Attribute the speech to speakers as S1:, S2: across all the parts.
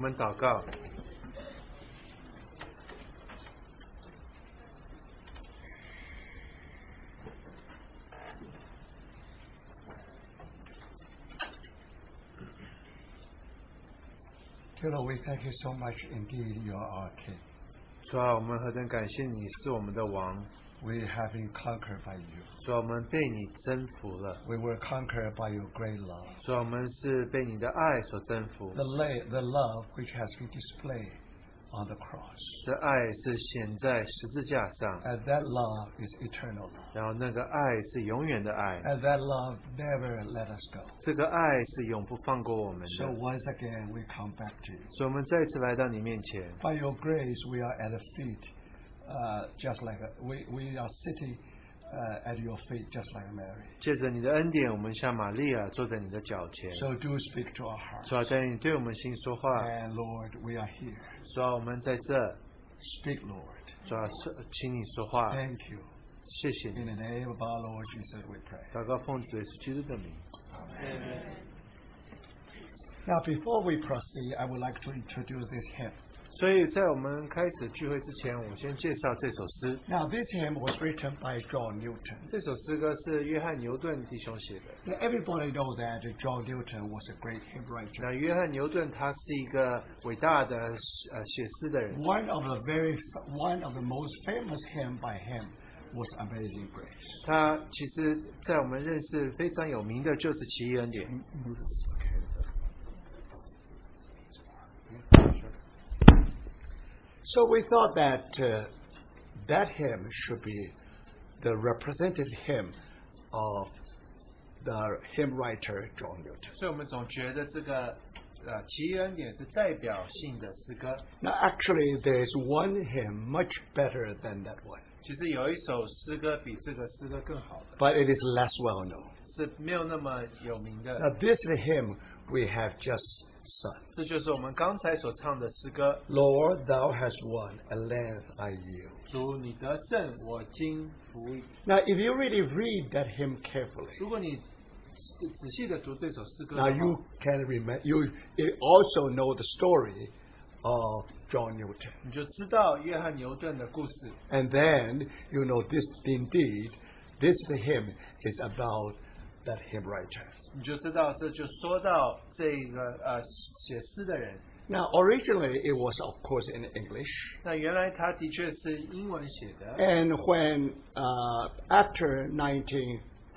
S1: 我们祷告，
S2: Dear Lord, we thank you so much indeed. You are our King.
S1: 主啊，我们何等感谢你是我们的王，
S2: We have been conquered by you.
S1: 主啊，我们被你征服了，
S2: We were conquered by your great love.
S1: 主啊，我们是被你的爱所征服
S2: The,，la- the love which has been displayed on the cross.
S1: 这爱是显在十字架上，
S2: And that love is eternal love.
S1: 然后那个爱是永远的爱，
S2: And that love never let us go.
S1: 这个爱是永不放过我们
S2: So
S1: 的。
S2: once again, we come back to you.
S1: 所以，我们再次来到你面前，
S2: By your grace, we are at the feet, uh, just like a, we, we are sitting uh, at your feet, just like Mary.
S1: 借着你的恩典，我们像玛利亚坐在你的脚前。
S2: So do speak to our hearts.
S1: 主啊，在你对我们心说话。
S2: And Lord, we are here.
S1: 主啊，我们在这。
S2: Speak, Lord.
S1: 主啊，说请你说话。
S2: Thank you.
S1: 谢哎谢
S2: In
S1: 你。
S2: the name of our Lord Jesus, we pray.
S1: 祷告奉主耶稣基督的名。
S2: Now, before we proceed, I would like to introduce this hymn.
S1: 所以在我们开始聚会之前，我先介绍这首诗。
S2: Now, this hymn was written by John Newton.
S1: 这首诗歌是约翰牛顿弟兄写的。
S2: Now, everybody knows that John Newton was a great hymn writer.
S1: 那约翰牛顿他是一个伟大的呃写诗的人，
S2: One of the very, one of the most famous hymn by him was "Amazing Grace."
S1: 他其实在我们认识非常有名的就是奇异恩典。
S2: So we thought that uh, that hymn should be the representative hymn of the hymn writer John Newton.
S1: 所以我们总觉得这个呃奇异恩典是代表性的诗歌。
S2: Now, actually, there is one hymn much better than that one,
S1: 其实有一首诗歌比这个诗歌更好的，
S2: but it is less well known.
S1: 是没有那么有名的。
S2: Now, this hymn we have just sung.
S1: 这就是我们刚才所唱的诗歌。
S2: Lord, thou hast won, at length I yield.
S1: 主，你得胜，我今服役。
S2: Now, if you really read that hymn carefully,
S1: 如果你仔仔细的读这首诗歌的
S2: now
S1: 话，
S2: you can remember, you, you also know the story of John Newton.
S1: 你就知道约翰牛顿的故事。
S2: And then you know this indeed, this hymn is about that hymn writer.
S1: 你就知道，这就说到这个呃写诗的人。
S2: Now, originally it was, of course, in English.
S1: 那原来他的确是英文写的，
S2: And when uh, after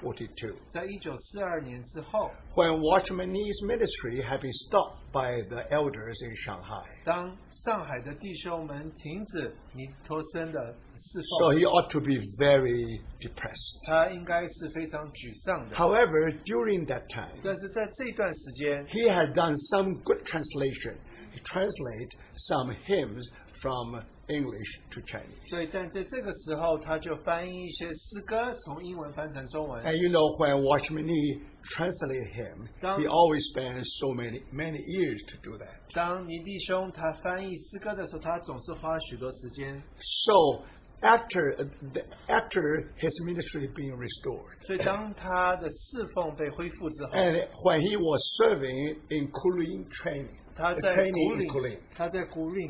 S2: 1942,
S1: 在一九四二年之后，
S2: when Watchman Nee's ministry had been stopped by the elders in Shanghai,
S1: 当上海的弟兄们停止尼托森的侍
S2: so
S1: 奉，
S2: he ought to be very depressed.
S1: 他应该是非常沮丧的。
S2: However, during that time,
S1: 但是在这段时间，
S2: he had done some good translation. He translated some hymns from English to Chinese.
S1: 所以但在这个时候，他就翻译一些诗歌，从英文翻成中文。
S2: And you know, when Watchman Nee translated him, he always spent so many many years to do that.
S1: 当尼弟兄他翻译诗歌的时候，他总是花许多时间。
S2: So after after his ministry being restored,
S1: 所以当他的侍奉被恢复之后，
S2: and when he was serving in Kulin training,
S1: 他
S2: the
S1: 在
S2: 呃 training
S1: 古
S2: in Kulin,
S1: 岭，他在古岭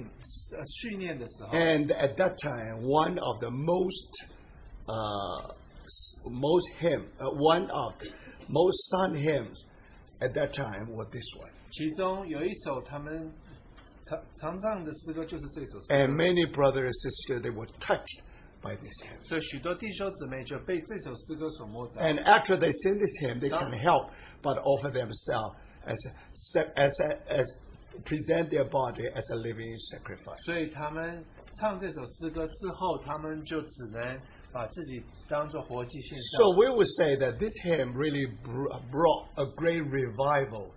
S1: 呃训练的时候，
S2: and at that time one of the most uh, s- most hymn, uh, one of the most sung hymns at that time was this one,
S1: 其中有一首他们常常唱的诗歌就是这首诗歌
S2: and many brothers and sisters they were touched by this hymn.
S1: 所以许多弟兄姊妹就被这首诗歌所摸着。
S2: And after they sing this hymn, they can help but offer themselves as a, sac- as a, as present their body as a living sacrifice.
S1: 所以他们唱这首诗歌之后，他们就只能把自己当做活祭献上。
S2: So we would say that this hymn really br- brought a great revival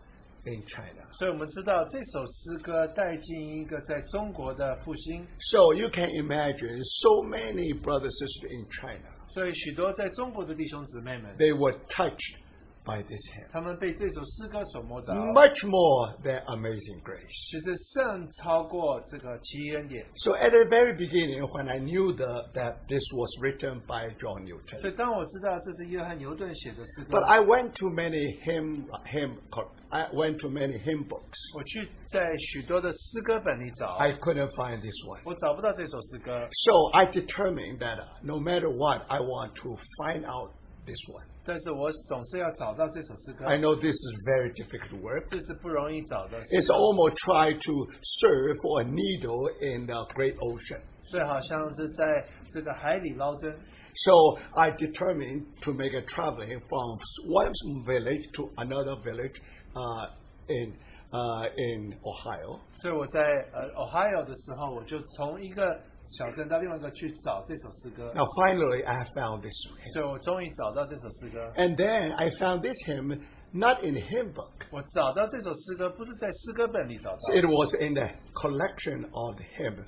S2: in China.
S1: 所以我们知道这首诗歌带进一个在中国的复兴，
S2: So you can imagine so many brothers and sisters in China,
S1: 所以许多在中国的弟兄姊妹们，
S2: they were touched by this hymn.
S1: 他们被这首诗歌所摸着，
S2: Much more than Amazing Grace.
S1: 其实甚超过这个奇异恩典。
S2: So at the very beginning, when I knew the, that this was written by John Newton,
S1: 所以当我知道这是约翰牛顿写的诗歌
S2: But，I went to many hymn, hymn co- I went to many hymn books.
S1: 我去在许多的诗歌本里找，
S2: I couldn't find this one.
S1: 我找不到这首诗歌，
S2: So I determined that no matter what, I want to find out this one.
S1: 但是我总是要找到这首诗歌。
S2: I know this is very difficult work.
S1: 这是不容易找的，
S2: It's almost try to search for a needle in the great ocean.
S1: 所以好像是在这个海里捞针。
S2: So I determined to make a traveling from one village to another village uh, in uh, in Ohio.
S1: 所以我在呃 Ohio 的时候，我就从一个小镇到另外一个去找这首诗歌。
S2: Now finally, I found this hymn,
S1: 所以我终于找到这首诗歌。
S2: and then I found this hymn not in hymn book.
S1: 我找到这首诗歌，不是在诗歌本里找到，
S2: It was in the collection of the hymn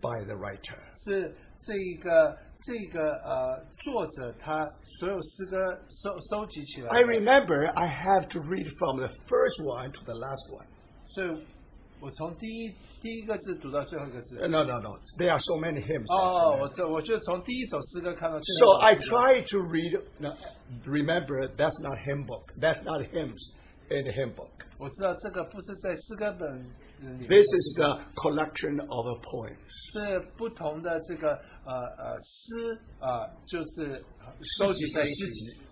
S2: by the writer.
S1: 是这一个这个呃作者他所有诗歌收收集起来
S2: I
S1: 的。
S2: remember I have to read from the first one to the last one.
S1: 所以，我从第一第一个字读到最后一个字。
S2: Uh, No, no, no. There are so many hymns.
S1: 哦，我这我就从第一首诗歌看到最
S2: So
S1: 后
S2: I
S1: 一首诗歌。
S2: try to read. No, remember, that's not hymn book. That's not hymns in the hymn book.
S1: 我知道这个不是在诗歌本里面
S2: This is the collection of a poems.
S1: 是不同的这个呃呃诗啊、呃就是收集在一起，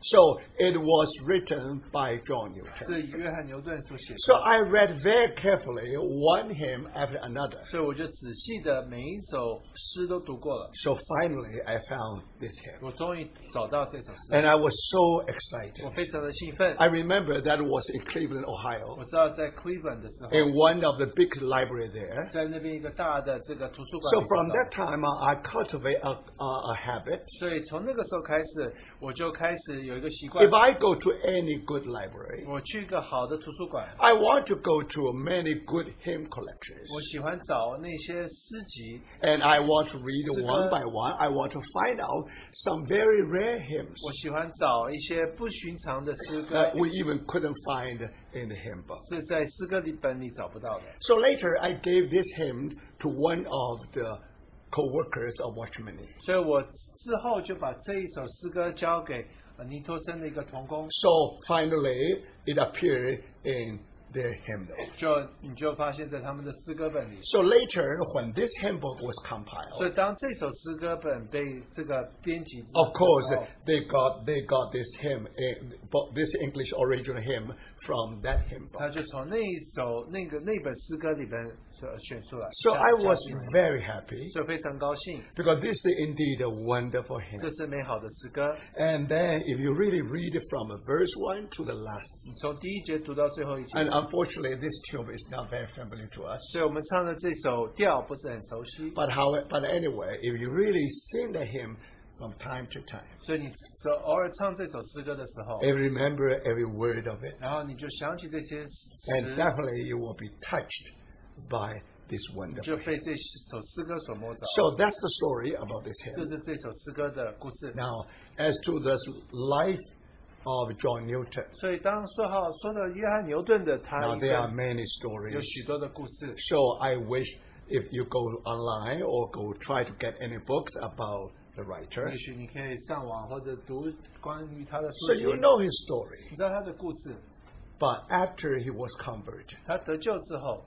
S2: So it was written by John Newton.
S1: 是约翰牛顿所写的。
S2: So I read very carefully one hymn after another.
S1: 所以我就仔细的每一首诗都读过了，
S2: So finally, I found this hymn,
S1: 我终于找到这首诗，
S2: and I was so
S1: 我
S2: excited.
S1: 非常的兴奋
S2: I。remember that was in Cleveland, Ohio.
S1: 我知道在 Cleveland 的时候，
S2: in one of the big library there.
S1: 在那边一个大的这个图书馆
S2: So
S1: 里找
S2: from
S1: 到
S2: that time, I I cultivate a, a, a habit.
S1: 所以从那个时候开始，我就开始有一个习惯
S2: If，I go to any good library,
S1: 我去一个好的图书馆，
S2: I want to go to many good hymn collections,
S1: 我喜欢找那些诗集，
S2: and I want to read
S1: Is it a-
S2: one by one. I want to find out some very rare hymns
S1: 我喜欢找一些不寻常的诗歌
S2: that，we even couldn't find in the hymn book.
S1: 是在诗歌里本里找不到的。
S2: So later, I gave this hymn to one of the co-workers of Watchman. Nee.
S1: 所以我之后就把这一首诗歌交给呃尼托森的一个童工，
S2: So finally, it appeared in their hymnal.
S1: 就你就发现在他们的诗歌本里。
S2: So later, when this hymn book was
S1: 所
S2: compiled,
S1: 以当这首诗歌本被这个编辑之后
S2: of course they got they got this hymn, eh, bo- this English original hymn from that hymn
S1: 他
S2: book.
S1: 就从那一首那个那本诗歌里边所呃选出来。
S2: So
S1: 这样
S2: I was
S1: 这样子
S2: very happy
S1: 所以非常高兴，
S2: because this is indeed a wonderful
S1: 这
S2: hymn.
S1: 是美好的诗歌。
S2: And then, if you really read it from verse one to the last,
S1: 你从第一节读到最后一节，
S2: and unfortunately this tune is not very familiar to us.
S1: 所以我们唱的这首调不是很熟悉。
S2: But how? But anyway, if you really sing the hymn from time to time,
S1: 所以你只偶尔唱这首诗歌的时候，
S2: and remember every word of it.
S1: 然后你就想起这些词
S2: And，definitely you will be touched by this
S1: 你
S2: wonderful.
S1: 就被这首诗歌所摸着。
S2: So that's the story about this
S1: 这
S2: hymn.
S1: 是这首诗歌的故事。
S2: Now, as to the life of John Newton,
S1: 所以当说好说到约翰牛顿的他
S2: now
S1: 一
S2: there are
S1: 生
S2: many
S1: 有
S2: stories.
S1: 许多的故事，
S2: So I wish if you go online or go try to get any books about the writer,
S1: 也许你可以上网或者读关于他的
S2: so
S1: 书籍，
S2: you know his story.
S1: 你知道他的故事。
S2: But after he was converted,
S1: 他得救之后，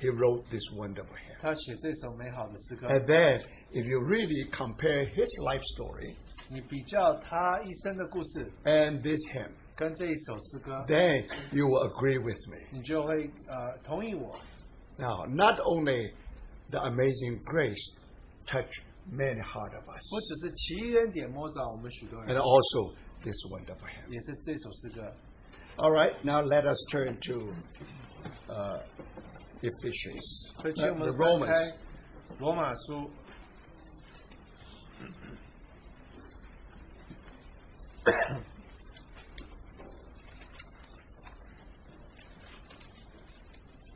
S2: he wrote this wonderful hymn.
S1: 他写这首美好的诗歌。
S2: And then, if you really compare his life story
S1: 你比较他一生的故事
S2: and this hymn,
S1: 跟这一首诗歌，
S2: then you will agree with me.
S1: 你就会呃同意我。
S2: Now, not only the amazing grace touched many heart of us,
S1: 不只是奇人点摸着我们许多
S2: and
S1: 人，
S2: also this wonderful hymn.
S1: 也是这首诗歌。
S2: All right, now let us turn to uh, Ephesians,
S1: 所
S2: uh,
S1: 以，请我们
S2: the
S1: 翻开
S2: Romans.
S1: 罗马书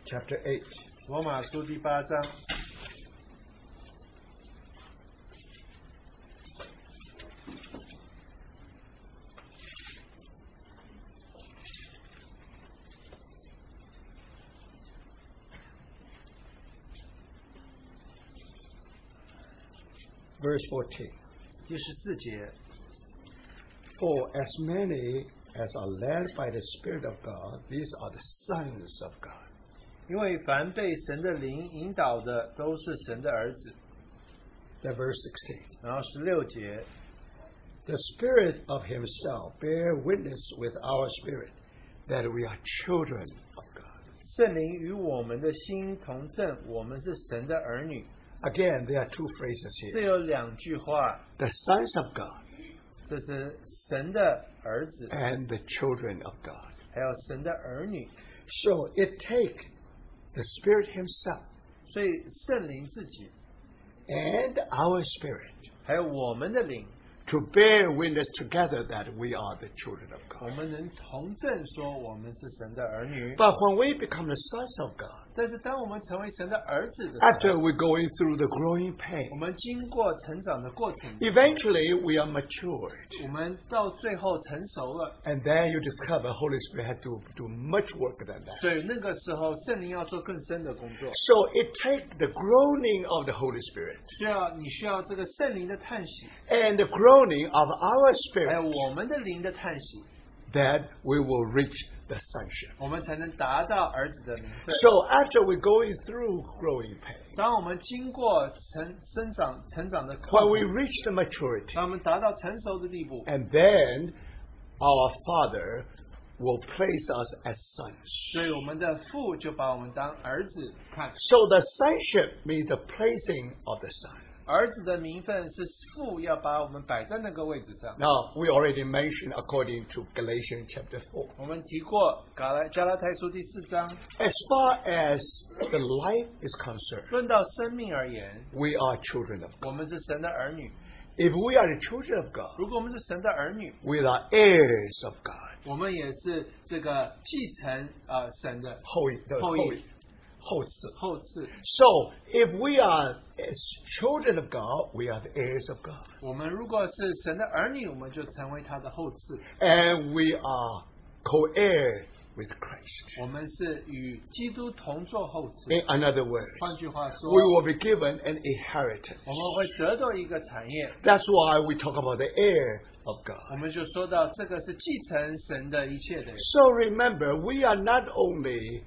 S2: chapter 8.
S1: 罗马书第八章，
S2: Verse 14.
S1: 第十四节。
S2: For as many as are led by the Spirit of God, these are the sons of God.
S1: 因为凡被神的灵引导的，都是神的儿子。
S2: Then verse 16.
S1: 然后十六节，
S2: The Spirit of Himself bear witness with our spirit that we are children of God.
S1: 圣灵与我们的心同证，我们是神的儿女。
S2: Again, there are two phrases
S1: 这
S2: here
S1: 有两句话，
S2: the sons of God
S1: 这是神的儿子，
S2: and the children of God.
S1: 还有神的儿女。
S2: So it takes the Spirit Himself
S1: 所以圣灵自己，
S2: and our spirit
S1: 还有我们的灵，
S2: to bear witness together that we are the children of
S1: 我
S2: God.
S1: 们能同证说我们是神的儿女。
S2: But when we become the sons of God,
S1: 但是当我们成为神的儿子的时候，
S2: after we're going through the growing
S1: 我
S2: pain,
S1: 们经过成长的过程，
S2: eventually we are matured.
S1: 我们到最后成熟了。
S2: And then you discover Holy Spirit has to do much work than that.
S1: 对，那个时候圣灵要做更深的工作，
S2: So it takes the groaning of the Holy Spirit
S1: 需要你需要这个圣灵的叹息，
S2: and the groaning of our
S1: 还有
S2: spirit
S1: 我们的灵的叹息，
S2: that we will reach the sonship.
S1: 我们才能达到儿子的名分。
S2: So after we're going through growing pain,
S1: 当我们经过成生长成长的过
S2: when we
S1: 程，
S2: reach the maturity,
S1: 当我们达到成熟的地步，
S2: and then our Father will place us as sons.
S1: 所以我们的父就把我们当儿子看。
S2: So the sonship means the placing of the son.
S1: 儿子的名分是父要把我们摆在那个位置上。
S2: Now we already mentioned according to Galatians chapter four.
S1: 我们提过《加拉加拉太书》第四章，
S2: As far as the life is concerned,
S1: 论到生命而言，
S2: we are children of God.
S1: 我们是神的儿女。
S2: If we are the children of God,
S1: 如果我们是神的儿女，
S2: we are heirs of God.
S1: 我们也是这个继承呃神的
S2: Holy, the
S1: 后裔。
S2: holy, holy.
S1: 后嗣。
S2: So if we are as children of God, we are the heirs of God.
S1: 我们如果是神的儿女，我们就成为他的后嗣，
S2: And we are co-heirs with Christ.
S1: 我们是与基督同作后嗣。
S2: In another word,
S1: 换句话说，
S2: we will be given an inheritance.
S1: 我们会得到一个产业。
S2: That's why we talk about the heir of
S1: 我
S2: God.
S1: 们就说到这个是继承神的一切的人。
S2: So remember, we are not only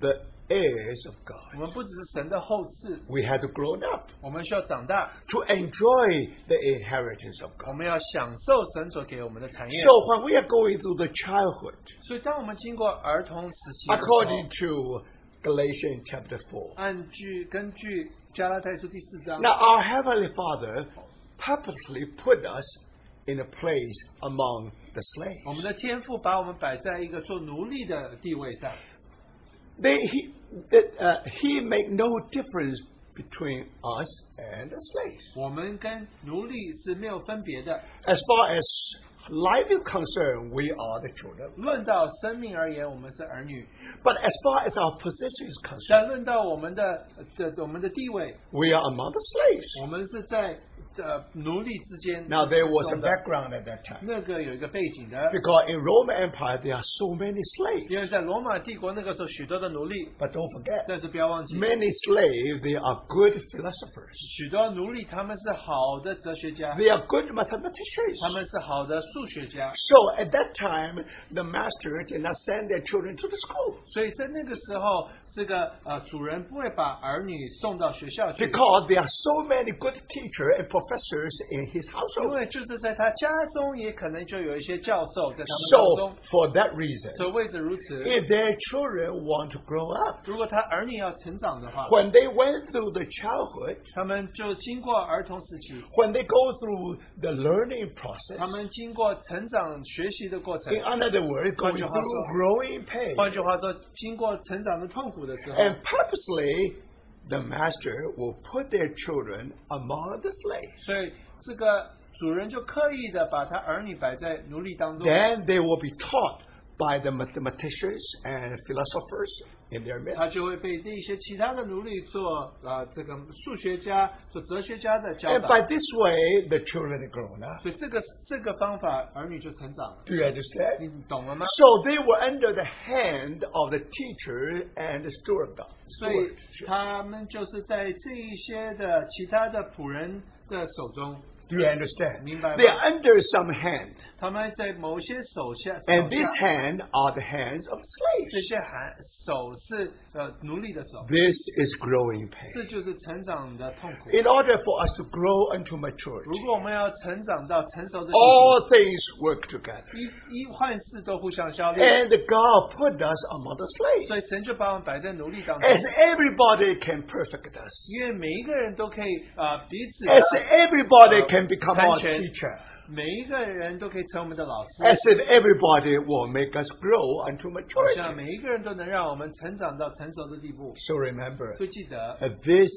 S2: the heirs of
S1: 我
S2: God.
S1: 们不只是神的后嗣，
S2: We had to grow up
S1: 我们需要长大，
S2: to enjoy the inheritance of
S1: 我
S2: God.
S1: 们要享受神所给我们的产业。
S2: So when we are going through the childhood,
S1: 所以，当我们经过儿童时期的时候
S2: according to Galatians chapter 4,
S1: 按据根据加拉太书第四章，
S2: Now, our Heavenly Father purposely put us in a place among
S1: 我
S2: the slaves.
S1: 们的天赋把我们摆在一个做奴隶的地位上，
S2: They, he, that, uh, he made no difference between us and the slaves.
S1: 我们跟奴隶是没有分别的。
S2: As far as life is concerned, we are the children.
S1: 论到生命而言，我们是儿女；
S2: But as far as our position is concerned,
S1: 但论到我们的的我们的地位，
S2: we are among the slaves.
S1: 我们是在呃奴隶之间。
S2: Now, there was a
S1: 中的
S2: background at that time.
S1: 那个有一个背景的，
S2: Because in Roman Empire, there are so many slaves.
S1: 因为在罗马帝国那个时候，许多的奴隶，
S2: But don't forget,
S1: 但是不要忘记，
S2: many slaves, they are good philosophers.
S1: 许多奴隶他们是好的哲学家，
S2: They are good mathematicians.
S1: 他们是好的数学家，
S2: So at that time, the master did not send their children to the school
S1: 所以在那个时候，这个呃主人不会把儿女送到学校去，
S2: because there are so many good teachers and professors in his
S1: 因
S2: household.
S1: 为就是在他家中也可能就有一些教授在他们当
S2: So
S1: 中，
S2: for that reason,
S1: 所以为此如此。
S2: if their children want to grow up,
S1: 如果他儿女要成长的话，
S2: when they went through the childhood,
S1: 他们就经过儿童时期，
S2: when they go through the learning process,
S1: 他们经过成长学习的过程。
S2: in another word, going
S1: Bunch of
S2: through
S1: hustle.
S2: growing pain,
S1: 换句话说，经过成长的痛苦的时候，
S2: and purposely, the master will put their children among the slaves.
S1: 所以这个主人就刻意的把他儿女摆在奴隶当中，
S2: Then they will be taught by the mathematicians and philosophers in their
S1: 他
S2: midst.
S1: 就会被那些其他的奴隶做啊、这个数学家、做哲学家的教
S2: And
S1: 导。
S2: by this way, the children are grown up.
S1: 所以这个这个方法，儿女就成长了，
S2: Do you understand?
S1: 你懂了吗？
S2: So they were under the hand of the teacher and the steward.
S1: 所以
S2: steward.
S1: 他们就是在这一些的其他的仆人的手中，
S2: Do you understand?
S1: 明白
S2: They
S1: 吗？
S2: are under some hand,
S1: 他们在某些手下，
S2: and
S1: 手
S2: this
S1: 下
S2: hand are the hands of
S1: 这
S2: slaves.
S1: 些还手是呃奴隶的手，
S2: This is growing
S1: 这
S2: pain.
S1: 就是成长的痛苦。
S2: In order for us to grow unto
S1: 如
S2: maturity,
S1: 果我们要成长到成熟的地步，
S2: all things work together.
S1: 一一万事都互相消灭，
S2: And God put us among the slaves.
S1: 所以神就把我们摆在奴隶当中，
S2: As everybody can perfect us.
S1: 因为每一个人都可以啊、呃彼此
S2: As
S1: 的，
S2: everybody can become our
S1: Sanction.
S2: teacher.
S1: 每一个人都可以成我们的老师，
S2: As if everybody will make us grow unto
S1: 好像
S2: maturity.
S1: 每一个人都能让我们成长到成熟的地步。
S2: So remember,
S1: 所以记得，
S2: uh, this,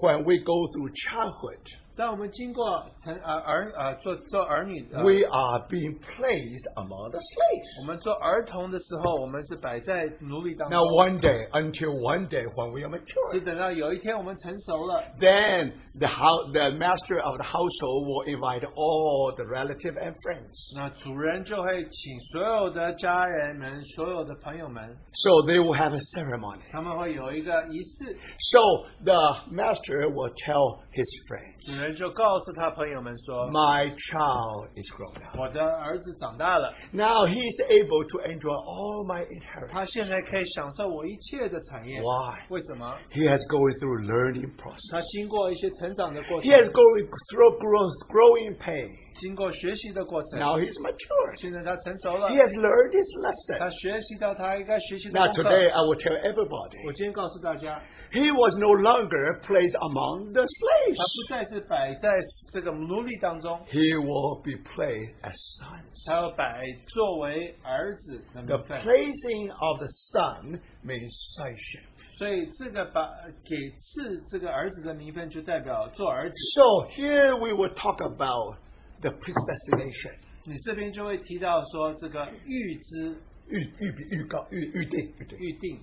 S2: when we go through childhood,
S1: 当我们经过成呃儿呃做做儿女呃的，
S2: we are being placed among the slaves.
S1: 我们做儿童的时候，我们是摆在奴隶当中。
S2: Now one day, until one day when we are
S1: 是
S2: mature,
S1: 等到有一天我们成熟了，
S2: then the, hou- the master of the household will invite all the relative and friends.
S1: 那主人就会请所有的家人们、所有的朋友们，
S2: So they will have a ceremony.
S1: 他们会有一个仪式。
S2: So the master will tell his friends,
S1: 主人就告诉他朋友们说
S2: My child is grown up.：“
S1: 我的儿子长大了，
S2: Now he is able to enjoy all my inheritance.
S1: 他现在可以享受我一切的产业。
S2: Why?
S1: 为什么？
S2: He has going through learning
S1: 他
S2: process.
S1: 经过一些成长的过
S2: He
S1: 程，
S2: has going through growth, growing pain.
S1: 经过学习的过程，
S2: Now he's mature.
S1: 现在他成熟了
S2: He，has learned his
S1: 他
S2: lesson.
S1: 学习到他应该学习的
S2: Now
S1: 功课。
S2: today I will tell everybody,
S1: 我今天告诉大家，他
S2: he was no longer placed among the
S1: 不
S2: slaves.
S1: 再是摆在这个奴隶当中，
S2: He will be placed as sons.
S1: 他要摆作为儿子的
S2: The
S1: 名分。
S2: placing of the son means sonship.
S1: 所以这个把给赐这个儿子的名分，就代表做儿子。
S2: So here we will talk about the predestination.
S1: 你这边就会提到说这个预知
S2: 预-预-预告-预-预定-预定。
S1: 预定，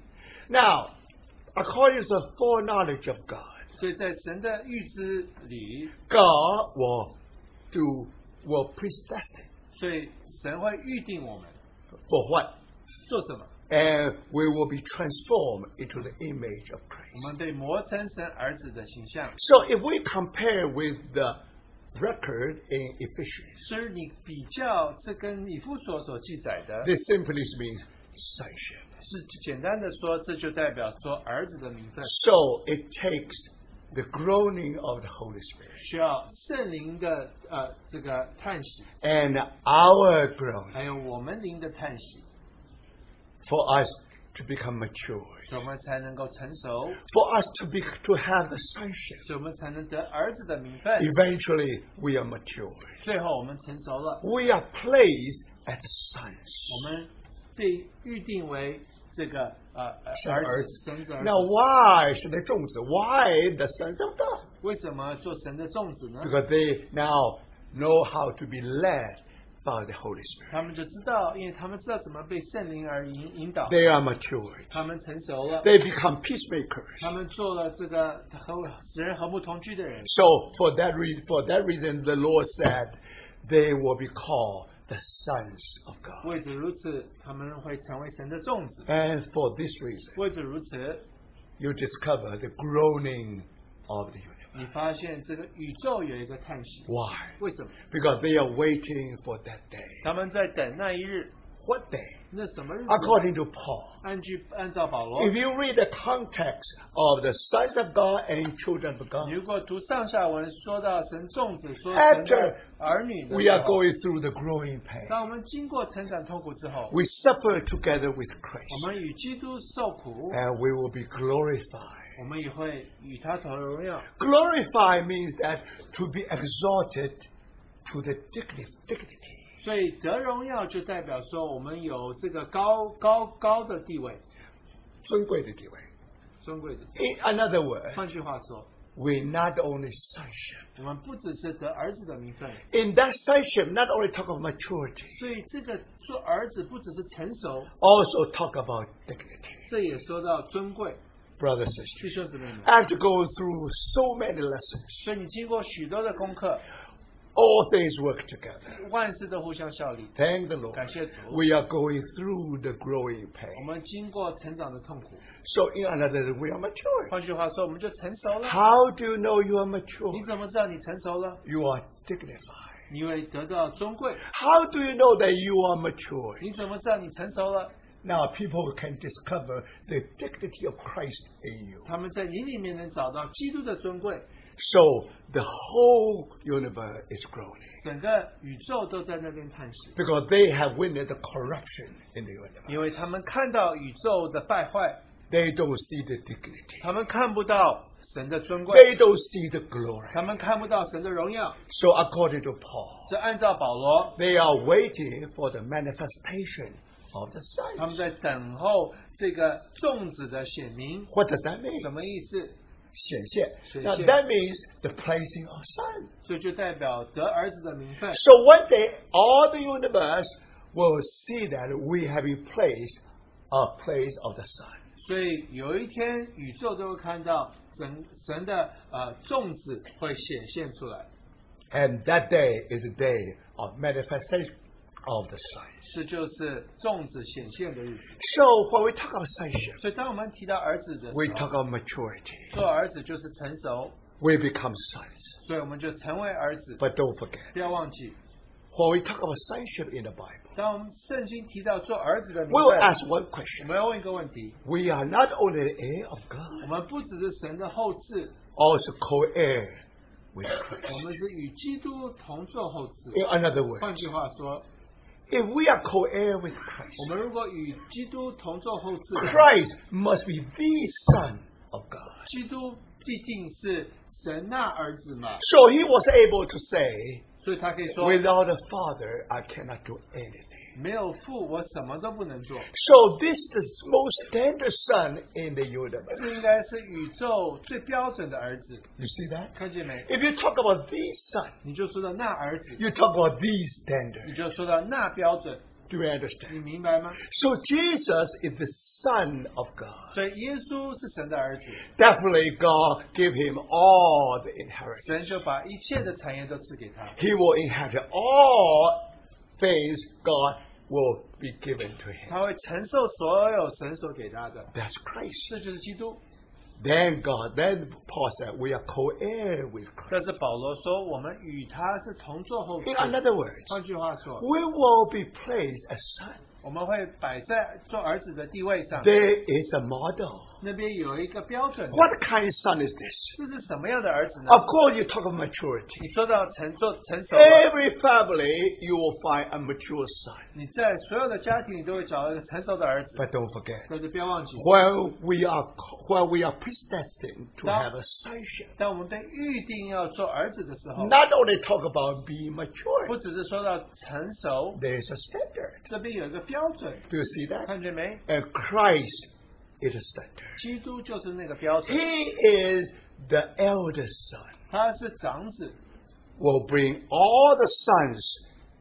S2: Now, according to the foreknowledge of God,
S1: 所以在神的预知里，
S2: God will do will predestine
S1: 所以神会预定我们
S2: for what?
S1: 做什么，
S2: And we will be transformed into the image of
S1: 我
S2: Christ.
S1: 们被磨成神儿子的形象。
S2: So if we compare with the record in Ephesians,
S1: 所以你比较这跟以父所所记载的，
S2: this simply means sonship.
S1: 是简单的说，这就代表说儿子的名分
S2: So it takes the groaning of the Holy Spirit
S1: 需要圣灵的呃这个叹息，
S2: and our groaning.
S1: 还有我们灵的叹息，
S2: for us to become mature,
S1: 所以我们才能够成熟。
S2: for us to be to have the sonship.
S1: 所以我们才能得儿子的名分。
S2: Eventually, we are mature.
S1: 最后我们成熟了，
S2: We are placed as sons.
S1: 我们被预定为这个呃
S2: 神
S1: 儿
S2: 儿
S1: 子，神子儿
S2: Now,
S1: 子。
S2: why should they 种子? Why the sons of God?
S1: 为什么做神的种子呢？
S2: Because they now know how to be led by the Holy Spirit.
S1: 他们就知道，因为他们知道怎么被圣灵而引引导，
S2: They are matured.
S1: 他们成熟了，
S2: They become peacemakers.
S1: 他们做了这个和使人和睦同居的人。
S2: So, for that reason, for that reason, the Lord said, they will be called the sons of God.
S1: 为此如此，他们会成为神的种子。
S2: And for this reason.
S1: 为此如此，
S2: you discover the groaning of the universe.
S1: 你发现这个宇宙有一个叹息，
S2: Why?
S1: 为什么？
S2: Because they are waiting for that day.
S1: 他们在等那一日，
S2: What day?
S1: 那什么日子？
S2: According to Paul,
S1: 按据按照保罗，
S2: if you read the context of the sons of God and children of God,
S1: 你如果读上下文，说到神种子，说
S2: After
S1: 神的儿女的
S2: we
S1: 时
S2: are
S1: 候，
S2: going through the growing pain.
S1: 当我们经过成长痛苦之后，
S2: We suffer together with
S1: 我
S2: Christ,
S1: 们与基督受苦，
S2: and we will be glorified.
S1: 我们也会与他同荣耀。
S2: Glorified means that to be exalted to the digni- dignity.
S1: 所以得荣耀就代表说我们有这个高高高的地位，
S2: 尊贵的地位.
S1: 尊贵的。
S2: In another word,
S1: 换句话说，
S2: we not only sonship,
S1: 我们不只是得儿子的名分，
S2: In that sonship, not only talk of maturity,
S1: 所以这个做儿子不只是成熟，
S2: also talk about dignity.
S1: 这也说到尊贵，
S2: Brothers and
S1: 弟
S2: sisters,
S1: 兄姊妹们。
S2: after going through so many lessons,
S1: 所以你经过许多的功课，
S2: All things work together.
S1: 万事都互相效力。
S2: Thank the Lord.
S1: 感谢主，
S2: We are going through the growing
S1: 我
S2: pain.
S1: 们经过成长的痛苦。
S2: So, in another way, we are mature.
S1: 换句话说，我们就成熟了。
S2: How do you know you are mature?
S1: 你怎么知道你成熟了？
S2: You are dignified.
S1: 你会得到尊贵。
S2: How do you know that you are mature?
S1: 你怎么知道你成熟了？
S2: Now, people can discover the dignity of Christ in you.
S1: 他们在你里面能找到基督的尊贵，
S2: So, the whole universe is growing
S1: 整个宇宙都在那边叹息，
S2: because they have witnessed the corruption in the universe.
S1: 因为他们看到宇宙的败坏，
S2: They don't see the dignity,
S1: 他们看不到神的尊贵，
S2: they don't see the glory.
S1: 他们看不到神的荣耀。
S2: So, according to Paul,
S1: 是按照保罗，
S2: They are waiting for the manifestation of the
S1: 他们
S2: signs.
S1: 在等候这个粽子的显明，
S2: What does that mean?
S1: 什么意思？
S2: 显现.
S1: 显现。
S2: Now that means the placing of signs.
S1: 所以就代表得儿子的名分。
S2: So one day, all the universe will see that we have in place a place of the sun.
S1: 所以有一天宇宙都会看到神神的呃粽子会显现出来，
S2: And that day is the day of manifestation of the signs.
S1: 这就是粽子显现的日子。
S2: So when we talk about sonship,
S1: 所以当我们提到儿子的
S2: we
S1: 时
S2: talk
S1: 候，
S2: about maturity.
S1: 做儿子就是成熟，
S2: We become sons.
S1: 所以我们就成为儿子。
S2: But don't forget,
S1: 不要忘记，
S2: when we talk about sonship in the Bible,
S1: 当我们圣经提到做儿子的名
S2: we'll
S1: 分，
S2: ask one
S1: 我
S2: question.
S1: 们要问一个问题：
S2: We are not only the heir of
S1: 我
S2: God,
S1: 们不只是神的后嗣，
S2: also co-heir with
S1: 我
S2: Christ.
S1: 们是与基督同做后嗣。
S2: In another word,
S1: 换句话说，
S2: if we are co-heir with Christ,
S1: 我们如果与基督同做后嗣的话，
S2: Christ must be the Son of God.
S1: 基督毕竟是神那儿子嘛，
S2: So he was able to say,
S1: 所以他可以说
S2: without a father, I cannot do anything.
S1: 没有父我什么都不能做。
S2: So this is the most standard son in the
S1: 这
S2: universe.
S1: 应该是宇宙最标准的儿子，
S2: You see that?
S1: 看见没？
S2: If you talk about the son,
S1: 你就说到那儿子，
S2: you talk about the
S1: 你
S2: standard.
S1: 就说到那标准，
S2: Do you
S1: 你
S2: understand?
S1: 明白吗？
S2: So Jesus is the son of God.
S1: 所以耶稣是神的儿子，
S2: Definitely, God give him all the inheritance.
S1: 神就把一切的产业都赐给他，
S2: He will inherit all things God will be given to him.
S1: 他会承受所有神所给他的，
S2: That's Christ.
S1: 这就是基督。
S2: Then God, then Paul said, we are co-heir with Christ.
S1: 但是保罗说，我们与他是同坐后
S2: In
S1: 嗣。
S2: another words,
S1: 换句话说，
S2: we will be placed as son.
S1: 我们会摆在做儿子的地位上。
S2: There is a model.
S1: 那边有一个标准的，
S2: What kind of son is this?
S1: 这是什么样的儿子呢？
S2: Of course, you talk of maturity.
S1: 你说到成做成熟了，
S2: Every family, you will find a mature son.
S1: 你在所有的家庭里都会找到一个成熟的儿子，
S2: But don't forget,
S1: 但是不要忘记，
S2: while we are while we are predestined to
S1: Now-
S2: have a sonship,
S1: 当我们被预定要做儿子的时候，
S2: not only talk about being
S1: 不
S2: mature,
S1: 只是说到成熟，
S2: there is a standard.
S1: 这边有一个标准，
S2: Do you see that?
S1: 看见没？
S2: And Christ is a standard.
S1: 基督就是那个标准，
S2: He is the eldest son.
S1: 他是长子，
S2: Will bring all the sons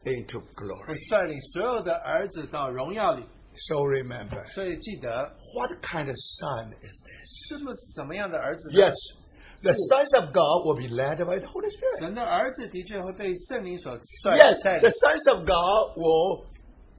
S2: into
S1: 会
S2: glory.
S1: 率领所有的儿子到荣耀里。
S2: So remember,
S1: 所以记得，
S2: what kind of son is this?
S1: 这么是什么样的儿子呢
S2: Yes, the sons of God will be led by the Holy Spirit.
S1: 神的儿子的确会被圣灵所率
S2: Yes,
S1: 带
S2: the sons of God will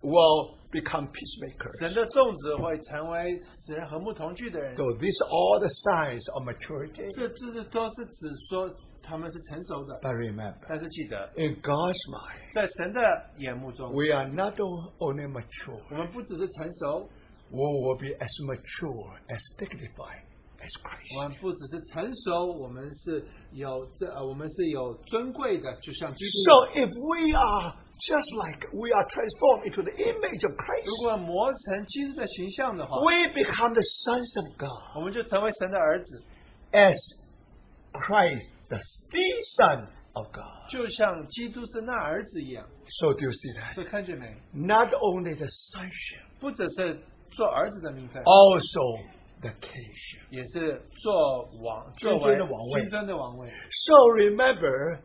S2: will become peacemakers.
S1: 神的种子会成为使人和睦同居的人。
S2: So these are all the signs of maturity.
S1: 这这是都是指说他们是成熟的，
S2: But remember,
S1: 但是记得，
S2: in God's mind,
S1: 在神的眼目中，
S2: we are not o- only mature,
S1: 我们不只是成熟，
S2: we will be as mature, as dignified as
S1: 我
S2: Christ.
S1: 们不只是成熟，我们是有这、呃，我们是有尊贵的，就像基督。
S2: So if we are just like we are transformed into the image of
S1: 如
S2: Christ,
S1: 果磨成基督的形象的话，
S2: we become the sons of God
S1: 我们就成为神的儿子，
S2: as Christ, the the Son of God.
S1: 就像基督是那儿子一样。
S2: So do you see that?
S1: 所以看见没？
S2: not only the sonship,
S1: 不只是做儿子的名
S2: 哦
S1: 分，
S2: also the kingship.
S1: 也是做王，
S2: 君
S1: 作
S2: 尊
S1: 为
S2: 的王位
S1: 君尊的王位。
S2: So remember,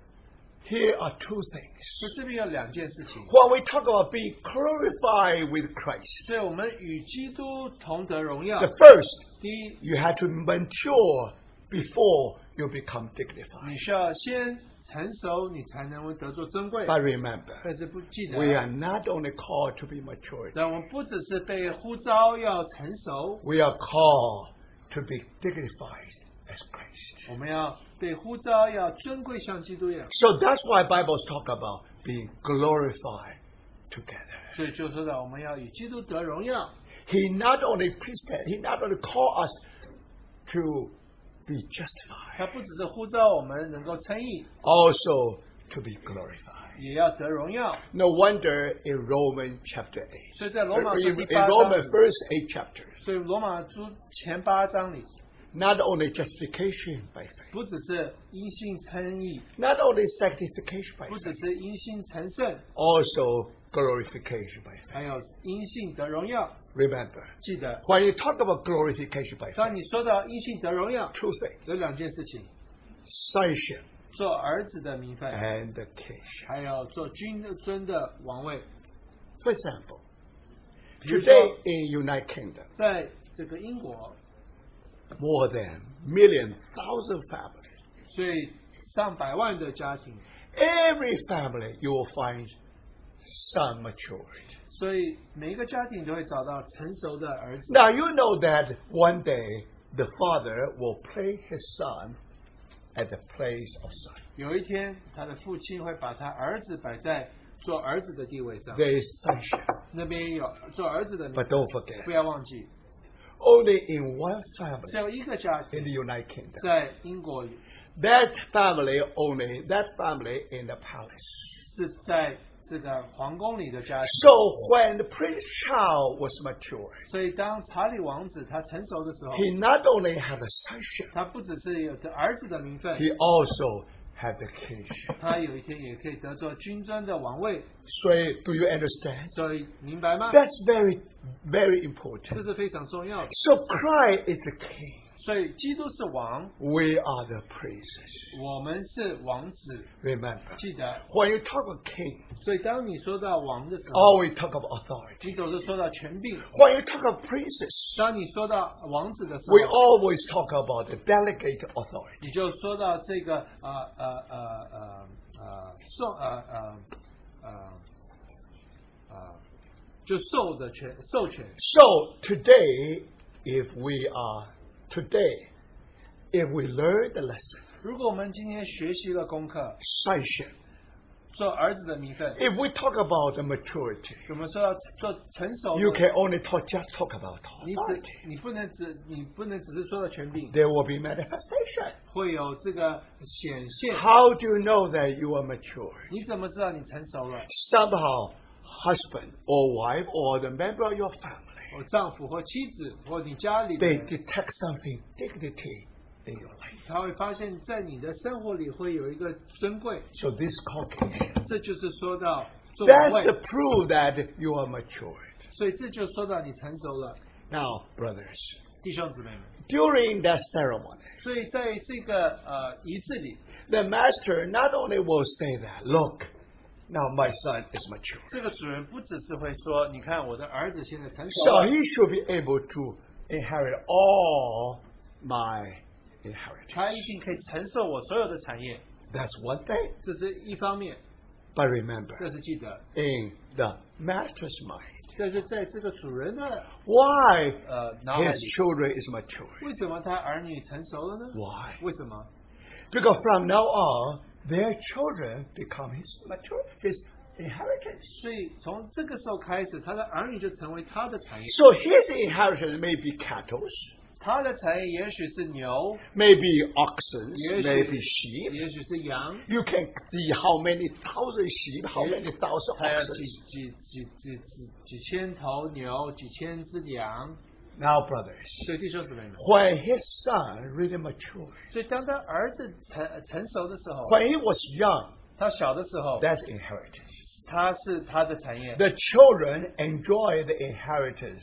S2: here are two things.
S1: 所以这边有两件事情，
S2: When we talk about being glorified with Christ,
S1: 所以我们与基督同得荣耀。
S2: the first,
S1: 第一，
S2: you have to mature before you become dignified.
S1: 你需要先成熟，你才能够得做尊贵。
S2: But remember,
S1: 但是不记得，
S2: we are not only called to be mature,
S1: 但我们不只是被呼召要成熟，
S2: we are called to be dignified as Christ.
S1: 我们要被呼召要尊贵，像基督一样。
S2: So that's why Bibles talk about being glorified together.
S1: 所以就说到我们要与基督得荣耀。
S2: He not only priesthood, he not only called us to be justified,
S1: 他不只是呼召我们能够称义，
S2: also to be glorified.
S1: 也要得荣耀。
S2: No wonder in Romans chapter 8,
S1: 所以在罗马
S2: in,
S1: 书
S2: in
S1: 第八
S2: 哎 Romans
S1: 章，
S2: first 8 chapters,
S1: 所以罗马书前八章里，
S2: not only justification by faith,
S1: 不只是因信称义，
S2: not only sanctification by
S1: 不
S2: faith,
S1: 只是因信成圣，
S2: also glorification by faith.
S1: 还有因信得荣耀。
S2: Remember,
S1: 记得，
S2: when you talk about glorification by
S1: 当
S2: faith,
S1: 你说到因信得荣耀，
S2: two things
S1: 有两件事情：
S2: sonship
S1: 做儿子的名分，
S2: and the kingship.
S1: 还有做君尊的王位。
S2: For example,
S1: 比如说
S2: today in United Kingdom,
S1: 在这个英国，
S2: more than million thousand families.
S1: 所以上百万的家庭，
S2: Every family you will find son matured.
S1: 所以每一个家庭都会找到成熟的儿子。
S2: Now you know that one day the father will place his son at the place of son.
S1: 有一天，他的父亲会把他儿子摆在做儿子的地位上。
S2: There is sonship,
S1: 那边有做儿子的名
S2: but don't forget,
S1: 不要忘记，
S2: only in one
S1: 只
S2: family
S1: 有一个家
S2: in
S1: 庭
S2: the United Kingdom.
S1: 在英国里
S2: That family only, that family in the palace.
S1: 是在这个皇宫里的家庭。
S2: So when Prince Charles was mature,
S1: 所以，当查理王子他成熟的时候，
S2: he not only had a sonship,
S1: 他不只是有着儿子的名分，
S2: he also had the kingship.
S1: 他有一天也可以得做君尊的王位。
S2: So do you understand?
S1: 所以，明白吗？
S2: That's very, very
S1: 这
S2: important.
S1: 是非常重要的。
S2: So Christ is the king.
S1: 所以，基督是王，
S2: We are the princes.
S1: 我们是王子，
S2: Remember,
S1: 记得。
S2: when you talk about king,
S1: 所以，当你说到王的时候，
S2: always Oh, talk about authority.
S1: 你总是说到权柄。
S2: When you talk about princes,
S1: 当你说到王子的时
S2: we
S1: 候，
S2: always talk about the delegated authority.
S1: 你就说到这个呃呃呃呃呃受呃呃呃呃就受的权授权。
S2: So today, if we are today, if we learn the lesson,
S1: 如果我们今天学习了功课，
S2: sonship,
S1: 做儿子的名分，
S2: if we talk about the maturity,
S1: 我们说要做成熟的
S2: you can only talk just talk about
S1: 你
S2: authority.
S1: 只你不能只你不能只是说到权柄，
S2: There will be manifestation.
S1: 会有这个显现。
S2: How do you know that you are mature?
S1: 你怎么知道你成熟了？
S2: Somehow, husband or wife or the member of your family,
S1: 我丈夫或妻子或你家里的
S2: they
S1: 人，
S2: detect something dignity in your life.
S1: 他会发现，在你的生活里会有一个尊贵。
S2: So this caucasian.
S1: 这就是说到作
S2: That's
S1: 为
S2: the，proof that you are matured.
S1: 所以这就说到你成熟了，
S2: Now, brothers,
S1: 弟兄姊妹们。
S2: during that ceremony,
S1: 所以在这个呃仪式里，
S2: the master not only will say that, look, now my son is mature.
S1: 这个主人不只是会说，你看我的儿子现在成熟
S2: So
S1: 了，
S2: he should be able to inherit all my inheritance.
S1: 他一定可以承受我所有的产业，
S2: That's one thing.
S1: 这是一方面，
S2: But remember,
S1: 这是记得。
S2: in the master's mind,
S1: 但是在这个主人的
S2: why
S1: 呃脑海
S2: his
S1: 里，
S2: children is mature?
S1: 为什么他儿女成熟了呢？
S2: Why?
S1: 为什么？
S2: Because from now on, their children become his mature, his inheritance.
S1: 所以从这个时候开始，他的儿女就成为他的产业，
S2: So his inheritance may be cattle,
S1: 他的产业也许是牛，
S2: may be oxen,
S1: Yes,
S2: may
S1: yes.
S2: be sheep.
S1: 也许是羊，
S2: You can see how many thousand sheep, how many thousand
S1: 他要几
S2: oxen.
S1: 几几几几几千头牛，几千只羊。
S2: Now, brothers,
S1: 所以弟兄姊妹们，
S2: when his son really matured,
S1: 所以当他儿子成呃成熟的时候，
S2: when he was young,
S1: 他小的时候，
S2: that's inheritance.
S1: 他是他的产业，
S2: The children enjoy the inheritance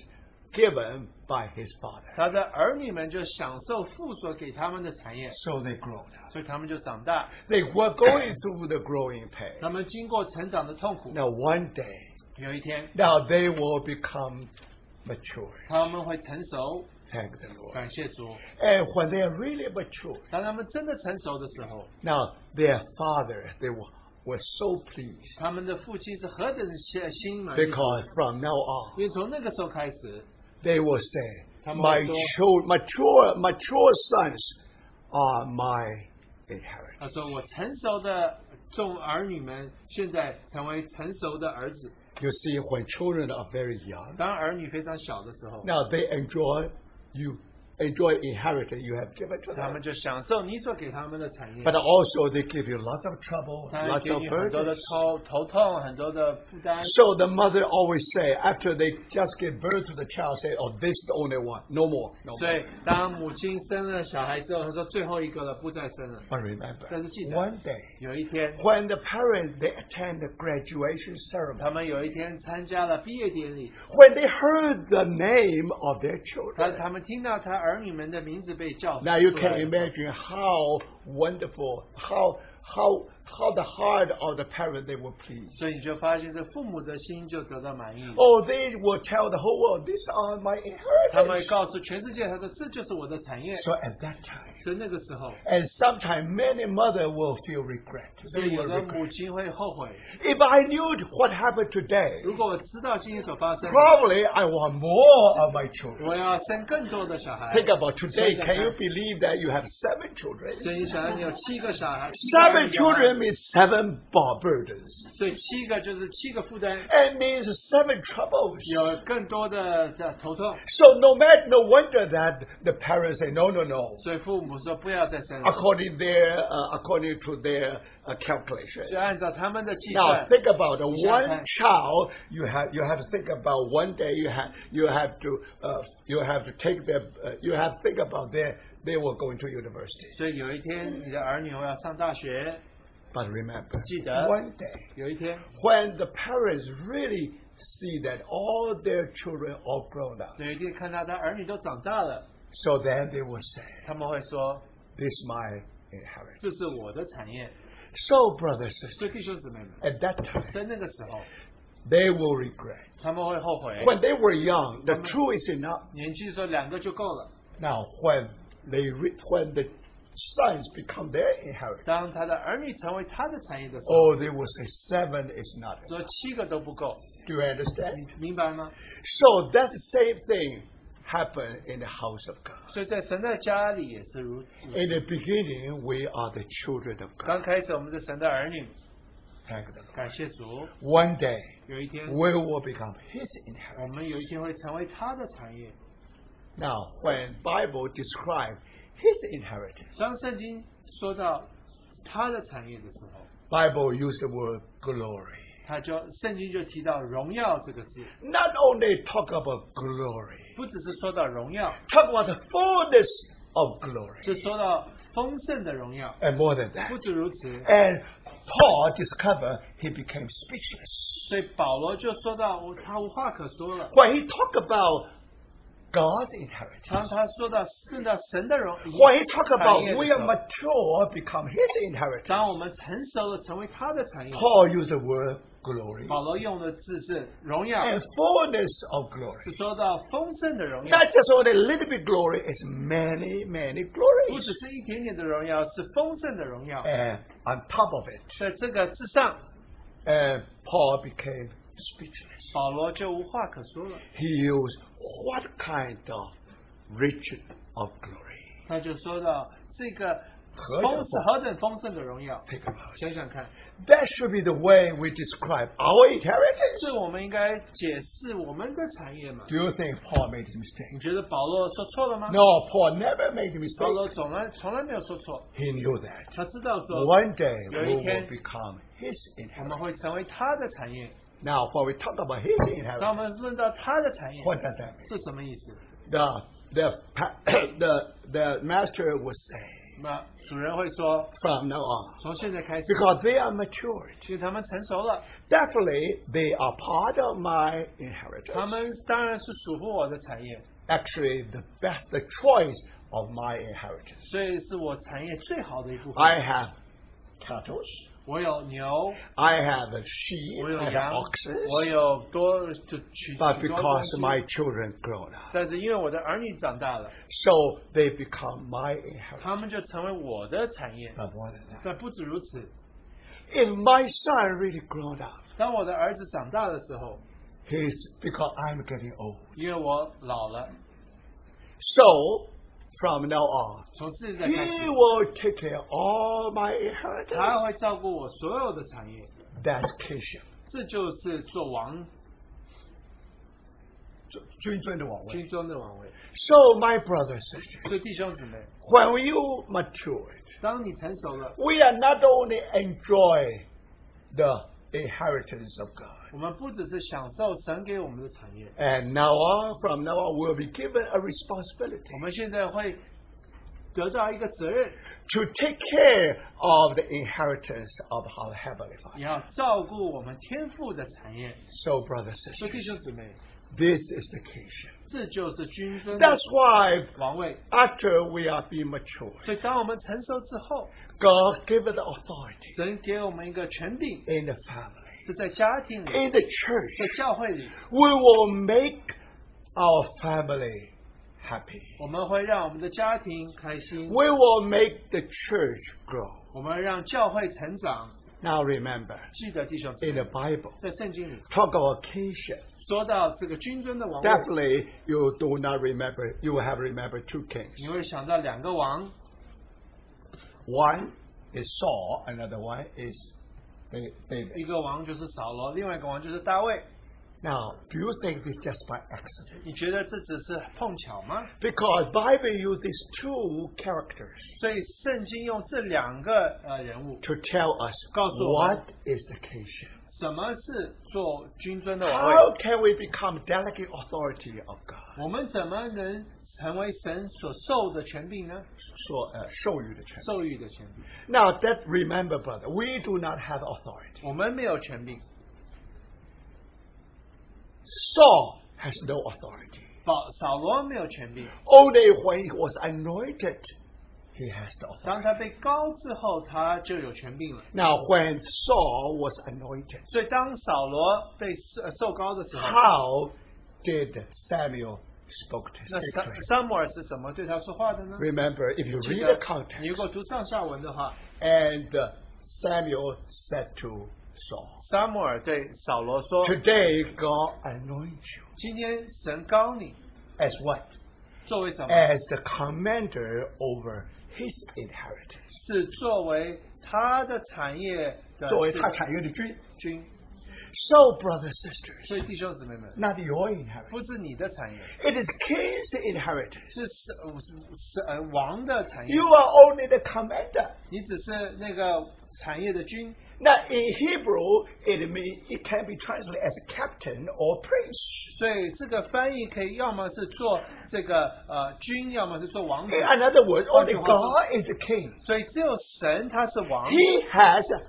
S2: given by his father.
S1: 他的儿女们就享受父所给他们的产业，
S2: So they grow up.
S1: 所以他们就长大，
S2: They were going through the growing
S1: 他
S2: pain.
S1: 们经过成长的痛苦，
S2: Now, one day,
S1: 有一天
S2: now they will become mature.
S1: 他们会成熟，
S2: Thank the Lord.
S1: 感谢主。
S2: And when they are really mature,
S1: 当他们真的成熟的时候，
S2: now their father, they were, were so pleased
S1: 他们的父亲是何等心心满意，
S2: because from now on
S1: 因为从那个时候开始，
S2: they will say,
S1: Come on,
S2: "My
S1: so-
S2: cho- mature, mature sons are my inheritance."
S1: 他说：“我成熟的众儿女们现在成为成熟的儿子。
S2: You see, when children are very young,
S1: 当儿女非常小的时候，
S2: now they enjoy you enjoy inheritance you have given to
S1: 他
S2: them.
S1: 们就享受你所给他们的产业。
S2: But also they give you lots of trouble,
S1: 他还
S2: lots
S1: 给
S2: of
S1: 你很多的
S2: burden.
S1: 头头痛，很多的负担。
S2: So the mother always say after they just give birth to the child, say, "Oh, this is the only one, no more, no
S1: 所
S2: more."
S1: 以，当母亲生了小孩之后，她说最后一个了，不再生了。
S2: But remember,
S1: 但是记得-
S2: one day
S1: 有一天，
S2: when the parents they attend the graduation
S1: 他
S2: ceremony,
S1: 们有一天参加了毕业典礼，
S2: when they heard the name of their
S1: 他
S2: children,
S1: 他们听到他儿女们的名字被叫出
S2: now
S1: 来
S2: you can imagine how wonderful, how how how the heart of the parent they were pleased.
S1: 所以你就发现这父母的心就得到满意。
S2: Oh, they will tell the whole world, these are my
S1: 他们
S2: inheritance.
S1: 告诉全世界，他说这就是我的产业。
S2: So at that time,
S1: 所以那个时候，
S2: and sometimes many mother will feel regret.
S1: 所
S2: They
S1: 以
S2: will
S1: 有的
S2: regret.
S1: 母亲会后悔。
S2: If I knew what happened today,
S1: 如果我知道今天所发生，
S2: probably I want more of my children.
S1: 我要生更多的小孩。
S2: Think about today.
S1: Sometimes-
S2: Can you believe that you have seven children?
S1: 所以你想想，你有七个小孩，
S2: Seven
S1: 七个小孩
S2: children means seven bar burdens.
S1: 所以七个就是七个负担，
S2: And means seven troubles.
S1: 有更多的的头痛。
S2: So no matter, no wonder that the parents say, no, no, no.
S1: 所以父母说不要再生了，
S2: According their, uh, according to their uh, calculation.
S1: 就按照他们的计
S2: Now
S1: 算。
S2: think about it.
S1: Yeah,
S2: one
S1: thanks.
S2: child. You have you have to think about one day. You have you have to uh, you have to take their uh, you have to think about their they will go into university.
S1: 所以有一天，你的儿女会要上大学，
S2: But remember,
S1: 记得-
S2: one day
S1: 有一天，
S2: when the parents really see that all their children are grown up,
S1: 有一天看到他儿女都长大了，
S2: so then they will say,
S1: 他们会说
S2: "This is my inheritance."
S1: 这是我的产业。
S2: So, brothers and sisters,
S1: 所以弟兄姊妹们，
S2: at that time
S1: 在那个时候，
S2: they will regret.
S1: 他们会后悔。
S2: When they were young, the
S1: Amen.
S2: truth is enough.
S1: 年轻的时候两个就够了，
S2: Now, when they re- when the sons become their inheritance,
S1: 当他的儿女成为他的产业的时候，
S2: oh, they will say seven is not. enough.
S1: 说七个都不够，
S2: Do you understand?
S1: 你明白吗？
S2: So that same thing happened in the house of God.
S1: 所以在神的家里也是如如
S2: In
S1: 此。
S2: the beginning, we are the children of
S1: 刚
S2: God.
S1: 开始我们是神的儿女，
S2: Thank the Lord.
S1: 感谢主，
S2: One day,
S1: 有一天
S2: we will become His
S1: 我
S2: inheritance.
S1: 们有一天会成为他的产业。
S2: Now, when Bible describes His inheritance,
S1: 当圣经说到他的产业的时候，
S2: Bible use the word glory.
S1: 他就圣经就提到荣耀这个字，
S2: Not only talk about glory,
S1: 不只是说到荣耀，
S2: talk about the fullness of glory.
S1: 是说到丰盛的荣耀。
S2: And more than that.
S1: 不止如此，
S2: And Paul discovered he became speechless.
S1: 所以保罗就说到我他无话可说了。
S2: When he talked about God's
S1: 当
S2: inheritance,
S1: 他说到论到神的荣，
S2: when he talked
S1: 产业的
S2: about we
S1: 时
S2: are
S1: 候
S2: mature, become his inheritance,
S1: 当我们成熟了成为他的产业，
S2: Paul used the word glory
S1: 保罗用的字是荣耀，
S2: and fullness of glory.
S1: 是说到丰盛的荣耀，
S2: Not just only a little bit glory, it's many, many
S1: 不
S2: glories.
S1: 只是一点点的荣耀，是丰盛的荣耀。
S2: And on top of it,
S1: 在这个之上，
S2: and Paul became speechless.
S1: 保罗就无话可说了，
S2: He used what kind of riches of glory?
S1: 他就说到这个
S2: 何
S1: 丰
S2: 等丰盛
S1: 何等丰盛的荣耀。
S2: Think about it.
S1: 想想看，
S2: That should be the way we describe our inheritance.
S1: 这我们应该解释我们的产业嘛？
S2: Do you think Paul made a
S1: 你
S2: mistake?
S1: 觉得保罗说错了吗？
S2: No, Paul never made a
S1: 保罗
S2: mistake.
S1: 从来从来没有说错，
S2: He knew that.
S1: 他知道说
S2: One day we will
S1: 有一天，
S2: become his
S1: 我们
S2: inheritance.
S1: 会成为他的产业。
S2: Now, when we talk about his
S1: 当我
S2: inheritance,
S1: 们论到他的产业，
S2: what does that mean?
S1: 是什么意思？
S2: The, the, pa- the, the master will say
S1: 那主人会说，
S2: from now on,
S1: 从现在开始，
S2: because they are matured,
S1: 其实他们成熟了，
S2: definitely they are part of my
S1: 他
S2: inheritance.
S1: 们当然是属乎我的产业，
S2: Actually, the best, the choice of my inheritance. 哎
S1: 所以是我产业最好的一部分。
S2: I have cattle.
S1: 我有牛，
S2: I have a sheep,
S1: 我
S2: I
S1: 有
S2: have
S1: 羊，
S2: oxen,
S1: 我有多就取。
S2: but
S1: 取多东
S2: because
S1: 西
S2: my children grown up,
S1: 但是因为我的儿女长大了，
S2: so they become my inheritance.
S1: 他们就成为我的产业。
S2: But more than that,
S1: 但不止如此，
S2: if my son really grown up,
S1: 当我的儿子长大的时候，
S2: he's because I'm getting old.
S1: 因为我老了，
S2: So from now on,
S1: 从现在开始
S2: he，will take care of all
S1: 他
S2: my inheritance.
S1: 会照顾我所有的产业。
S2: That's kingship.
S1: 这就是做王
S2: 君尊的王位。
S1: 军中的王位。
S2: So my brothers and sisters,
S1: 所以弟兄姊妹，
S2: when you matured,
S1: 当你成熟了，
S2: we are not only enjoy the inheritance of God,
S1: 我们不只是享受神给我们的产业，
S2: and now on, from now on, we'll be given a responsibility
S1: 我们现在会得到一个责任，
S2: to take care of the inheritance of our heavenly Father.
S1: 也要照顾我们天赋的产业。
S2: So, brothers and
S1: 所以
S2: sisters,
S1: 弟兄姊妹，
S2: this is the kingship.
S1: 这就是军中的
S2: That's why
S1: 王位。
S2: after we are being mature,
S1: 所以当我们成熟之后，
S2: God given the authority
S1: 神给我们一个权柄，
S2: in the family,
S1: 是在家庭里，
S2: in the church.
S1: 在教会里，
S2: We will make our family happy.
S1: 我们会让我们的家庭开心
S2: We，will make the church grow.
S1: 我们让教会成长。
S2: Now remember,
S1: 记得弟兄姊
S2: in
S1: 妹，
S2: the Bible,
S1: 在圣经里
S2: talk about kingship.
S1: 说到这个军尊的王位，
S2: Definitely, you do not remember. You have remembered two kings.
S1: 你会想到两个王，
S2: One is Saul. Another one is Da- David.
S1: 一个王就是扫罗，另外一个王就是大卫。
S2: Now, do you think this just by accident?
S1: 你觉得这只是碰巧吗？
S2: Because Bible use these two characters
S1: 所以圣经用这两个呃人物，
S2: to tell us
S1: 告诉我们。
S2: what is the kingship.
S1: 什么是做军尊的王位？
S2: How can we become delegate authority of God?
S1: 我们怎么能成为神所授的权柄呢？
S2: uh, 所呃授予的权。
S1: 授予的权柄，
S2: Now that remember, brother, we do not have authority.
S1: 我们没有权柄，
S2: Saul has no authority.
S1: 保扫罗没有权柄。
S2: Only when he was anointed, he has the authority.
S1: 当他被高之后，他就有权柄了。
S2: Now when Saul was anointed,
S1: 所以当扫罗被受呃受高的时候，
S2: how did Samuel spoke to
S1: 那
S2: speak to
S1: 撒
S2: him?
S1: 撒母耳是怎么对他说话的呢？
S2: Remember, if you
S1: 记
S2: read
S1: 得你
S2: the context,
S1: 如果读上下文的话，
S2: and uh, Samuel said to Saul,
S1: 撒母耳对扫罗说
S2: "Today God anoint you：“
S1: 今天神高你
S2: as what?
S1: 作为什么？
S2: As the commander over his inheritance."
S1: 是作为他的产业的
S2: 作为他产业的君。
S1: 军。
S2: So, brothers sisters,
S1: 所以弟兄姊妹们，
S2: not your inheritance.
S1: 不是你的产业，
S2: It is king's inheritance.
S1: 是是是呃王的产业
S2: You，are only the commander.
S1: 你只是那个产业的军。
S2: Now, in Hebrew, it mean, it can be translated as captain or prince.
S1: 所以这个翻译可以要么是做这个呃君，要么是做王子
S2: In。another word, only
S1: Okay,
S2: God is the king.
S1: 所以只有神他是王，
S2: He has an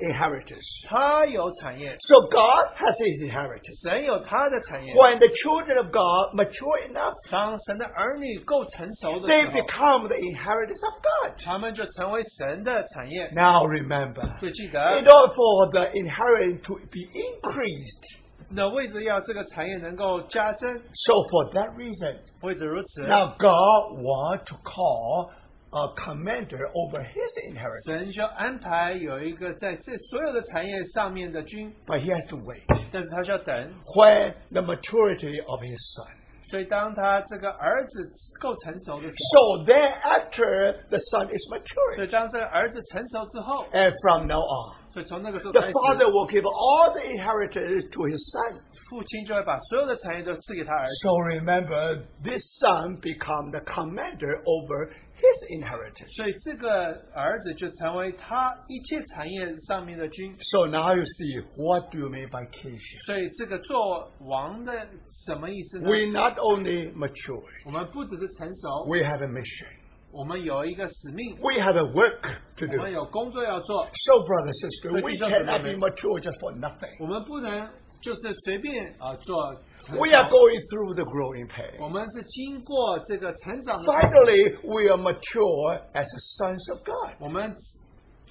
S2: inheritance.
S1: 他有产业，
S2: So God has his inheritance.
S1: 神有他的产业。
S2: When the children of God mature enough,
S1: 当神的儿女够成熟的
S2: they
S1: 时候，
S2: become the inheritance of God.
S1: 他们就成为神的产业。
S2: Now remember,
S1: 所以记得，
S2: in order for the inheritance to be increased,
S1: 那为着要这个产业能够加增，
S2: So for that reason,
S1: 为着如此，
S2: now God want to call a commander over his inheritance,
S1: 神就安排有一个在这所有的产业上面的君，
S2: but he has to wait.
S1: 但是他需要等。
S2: When the maturity of his son.
S1: 所以当他这个儿子够成熟的时候，
S2: So thereafter, the son is
S1: 所以
S2: matured,
S1: 当这个儿子成熟之后，
S2: and from now on,
S1: 所以从那个时候开
S2: the
S1: 始，
S2: father will give all the inheritance to his son.
S1: 父亲就会把所有的产业都赐给他儿子。
S2: So remember, this son become the commander over his inheritance.
S1: 所以这个儿子就成为他一切产业上面的君。
S2: So now you see what do you mean by kingship?
S1: 所以这个做王的什么意思呢？
S2: We not only mature,
S1: 我们不只是成熟，
S2: we have a mission.
S1: 我们有一个使命，
S2: We have a work to
S1: 我们
S2: do.
S1: 有工作要做，
S2: So, brother, sister,
S1: But
S2: we
S1: it's not
S2: cannot
S1: the
S2: be
S1: limit.
S2: mature just for nothing.
S1: 我们不能就是随便啊、呃做成熟。
S2: We are going through the growing
S1: 我
S2: pain.
S1: 们是经过这个成长的，
S2: Finally, we are mature as the sons of God.
S1: 我们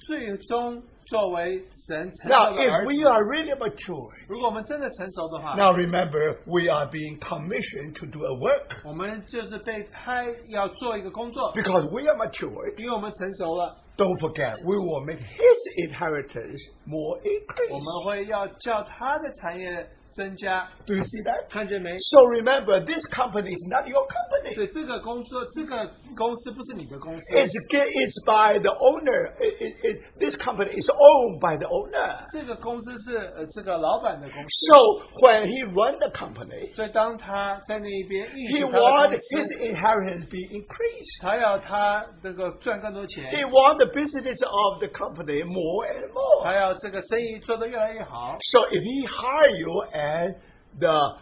S1: 最终作为神成
S2: Now,
S1: 熟的儿
S2: if
S1: 子，
S2: we are really mature,
S1: 如果我们真的成熟的话，
S2: now remember we are being commissioned to do a work
S1: 我们就是被派要做一个工作，
S2: because we are mature.
S1: 因为我们成熟了，
S2: Don't forget, we will make His inheritance more
S1: 我
S2: increase.
S1: 们会要叫他的产业增加，
S2: Do you see that?
S1: 看见没？
S2: So remember, this company is not your company.
S1: 对，这个工作，这个公司不是你的公司，
S2: It's, it's by the owner. It- it- it- this company is owned by the owner.
S1: 这个公司是呃这个老板的公司，
S2: So when he run the company,
S1: 所以当他在那一边运
S2: he
S1: 行他的
S2: want
S1: 公
S2: his
S1: 司，
S2: inheritance be increased.
S1: 他要他这个赚更多钱
S2: He，want the business of the company more and
S1: 他
S2: more.
S1: 要这个生意做得越来越好。
S2: So if he hire you as the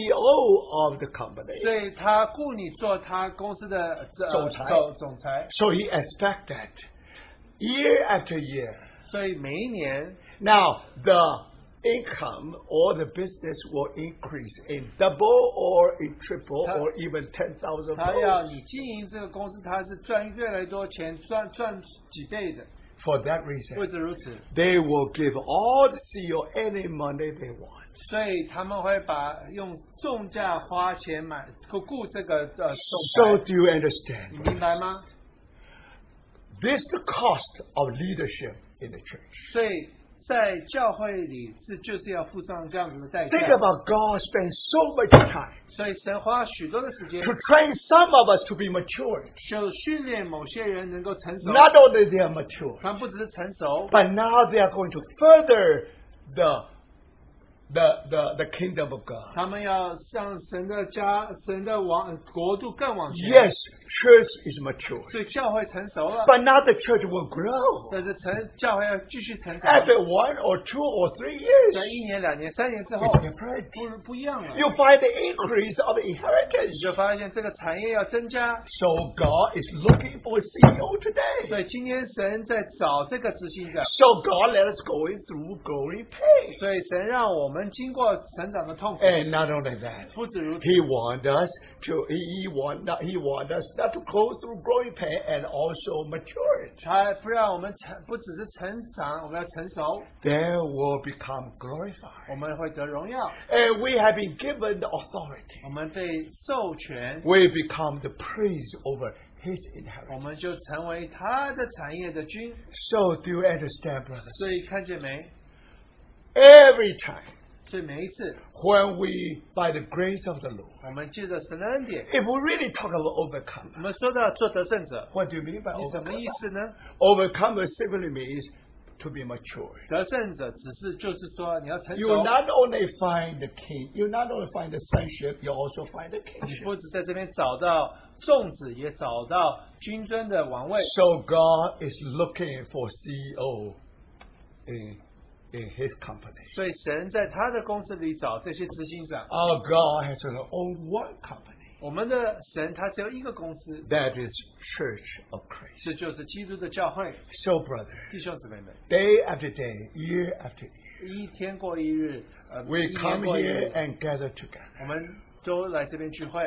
S2: CEO of the company,
S1: 所以他雇你做他公司的呃
S2: 总裁
S1: 总总裁，
S2: so he expect that year after year.
S1: 所以每一年
S2: Now the income or the business will increase in double or in triple
S1: Huh?
S2: or even ten thousand
S1: 他要
S2: fold.
S1: 你经营这个公司，他是赚越来越多钱，赚赚几倍的。
S2: For that reason,
S1: 不止如此，
S2: they will give all the CEO any money they want.
S1: 所以他们会把用重价花钱买雇雇这个呃总
S2: So
S1: 裁，
S2: do you
S1: 你
S2: understand?
S1: 明白吗？
S2: This is the cost of leadership in the church.
S1: 所以在教会里是就是要付上这样子的代价
S2: Think。about God spends so much time
S1: 所以神花许多的时间
S2: to，train some of us to be mature.
S1: 就训练某些人能够成熟，
S2: Not only they are mature,
S1: 他们不只是成熟，
S2: but now they are going to further the the the, the kingdom of God.
S1: 他们要向神的家、神的王国度更往前。
S2: Yes, church is mature,
S1: 所以教会成熟了，
S2: but now the church will grow
S1: 但是成教会要继续成长。
S2: after one or two or three years.
S1: 在一年、两年、三年之后
S2: It's，different.
S1: 不不一样了。
S2: You find the increase of inheritance.
S1: 你就发现这个产业要增加，
S2: So God is looking for a CEO today.
S1: 所以今天神在找这个执行者，
S2: So God let us go through glory pain.
S1: 所以神让我们经过成长的痛苦。
S2: And not only that,
S1: 不止如此，
S2: He wants us to He, he want not, He want us not to go through growing pain and also mature.
S1: 他不让我们成，不只是成长，我们要成熟，
S2: There will become glorified.
S1: 我们会得荣耀，
S2: And we have been given the authority.
S1: 我们被授权，
S2: we become the praise over his
S1: 我
S2: inheritance.
S1: 们就成为他的产业的君。
S2: So do you understand, brothers?
S1: 所以看见没？
S2: Every time
S1: 所以每一次
S2: when we, by the grace of the Lord,
S1: 我们记得神的恩典，
S2: if we really talk about
S1: 我
S2: overcome,
S1: 们说到做得胜者，
S2: what do you mean by
S1: 你什么
S2: overcome?
S1: 意思呢？
S2: Overcome simply means to be mature.
S1: 得胜者只是就是说你要成
S2: You
S1: 熟，
S2: not only find the king, you not only find the sonship, you also find the
S1: 你
S2: kingship.
S1: 不止在这边找到粽子，也找到君尊的王位。
S2: So God is looking for CEO in, in his company.
S1: 所以神在他的公司里找这些执行长。
S2: Our God has an own one company.
S1: 我们的神他只有一个公司，
S2: That is Church of Christ.
S1: 这就是基督的教会，
S2: So, brother,
S1: 弟兄姊妹们，
S2: day after day, year after year,
S1: 一天过一日，呃，一
S2: we
S1: 年
S2: come
S1: 过一
S2: here
S1: 日，
S2: and gather together.
S1: 我们都来这边聚会。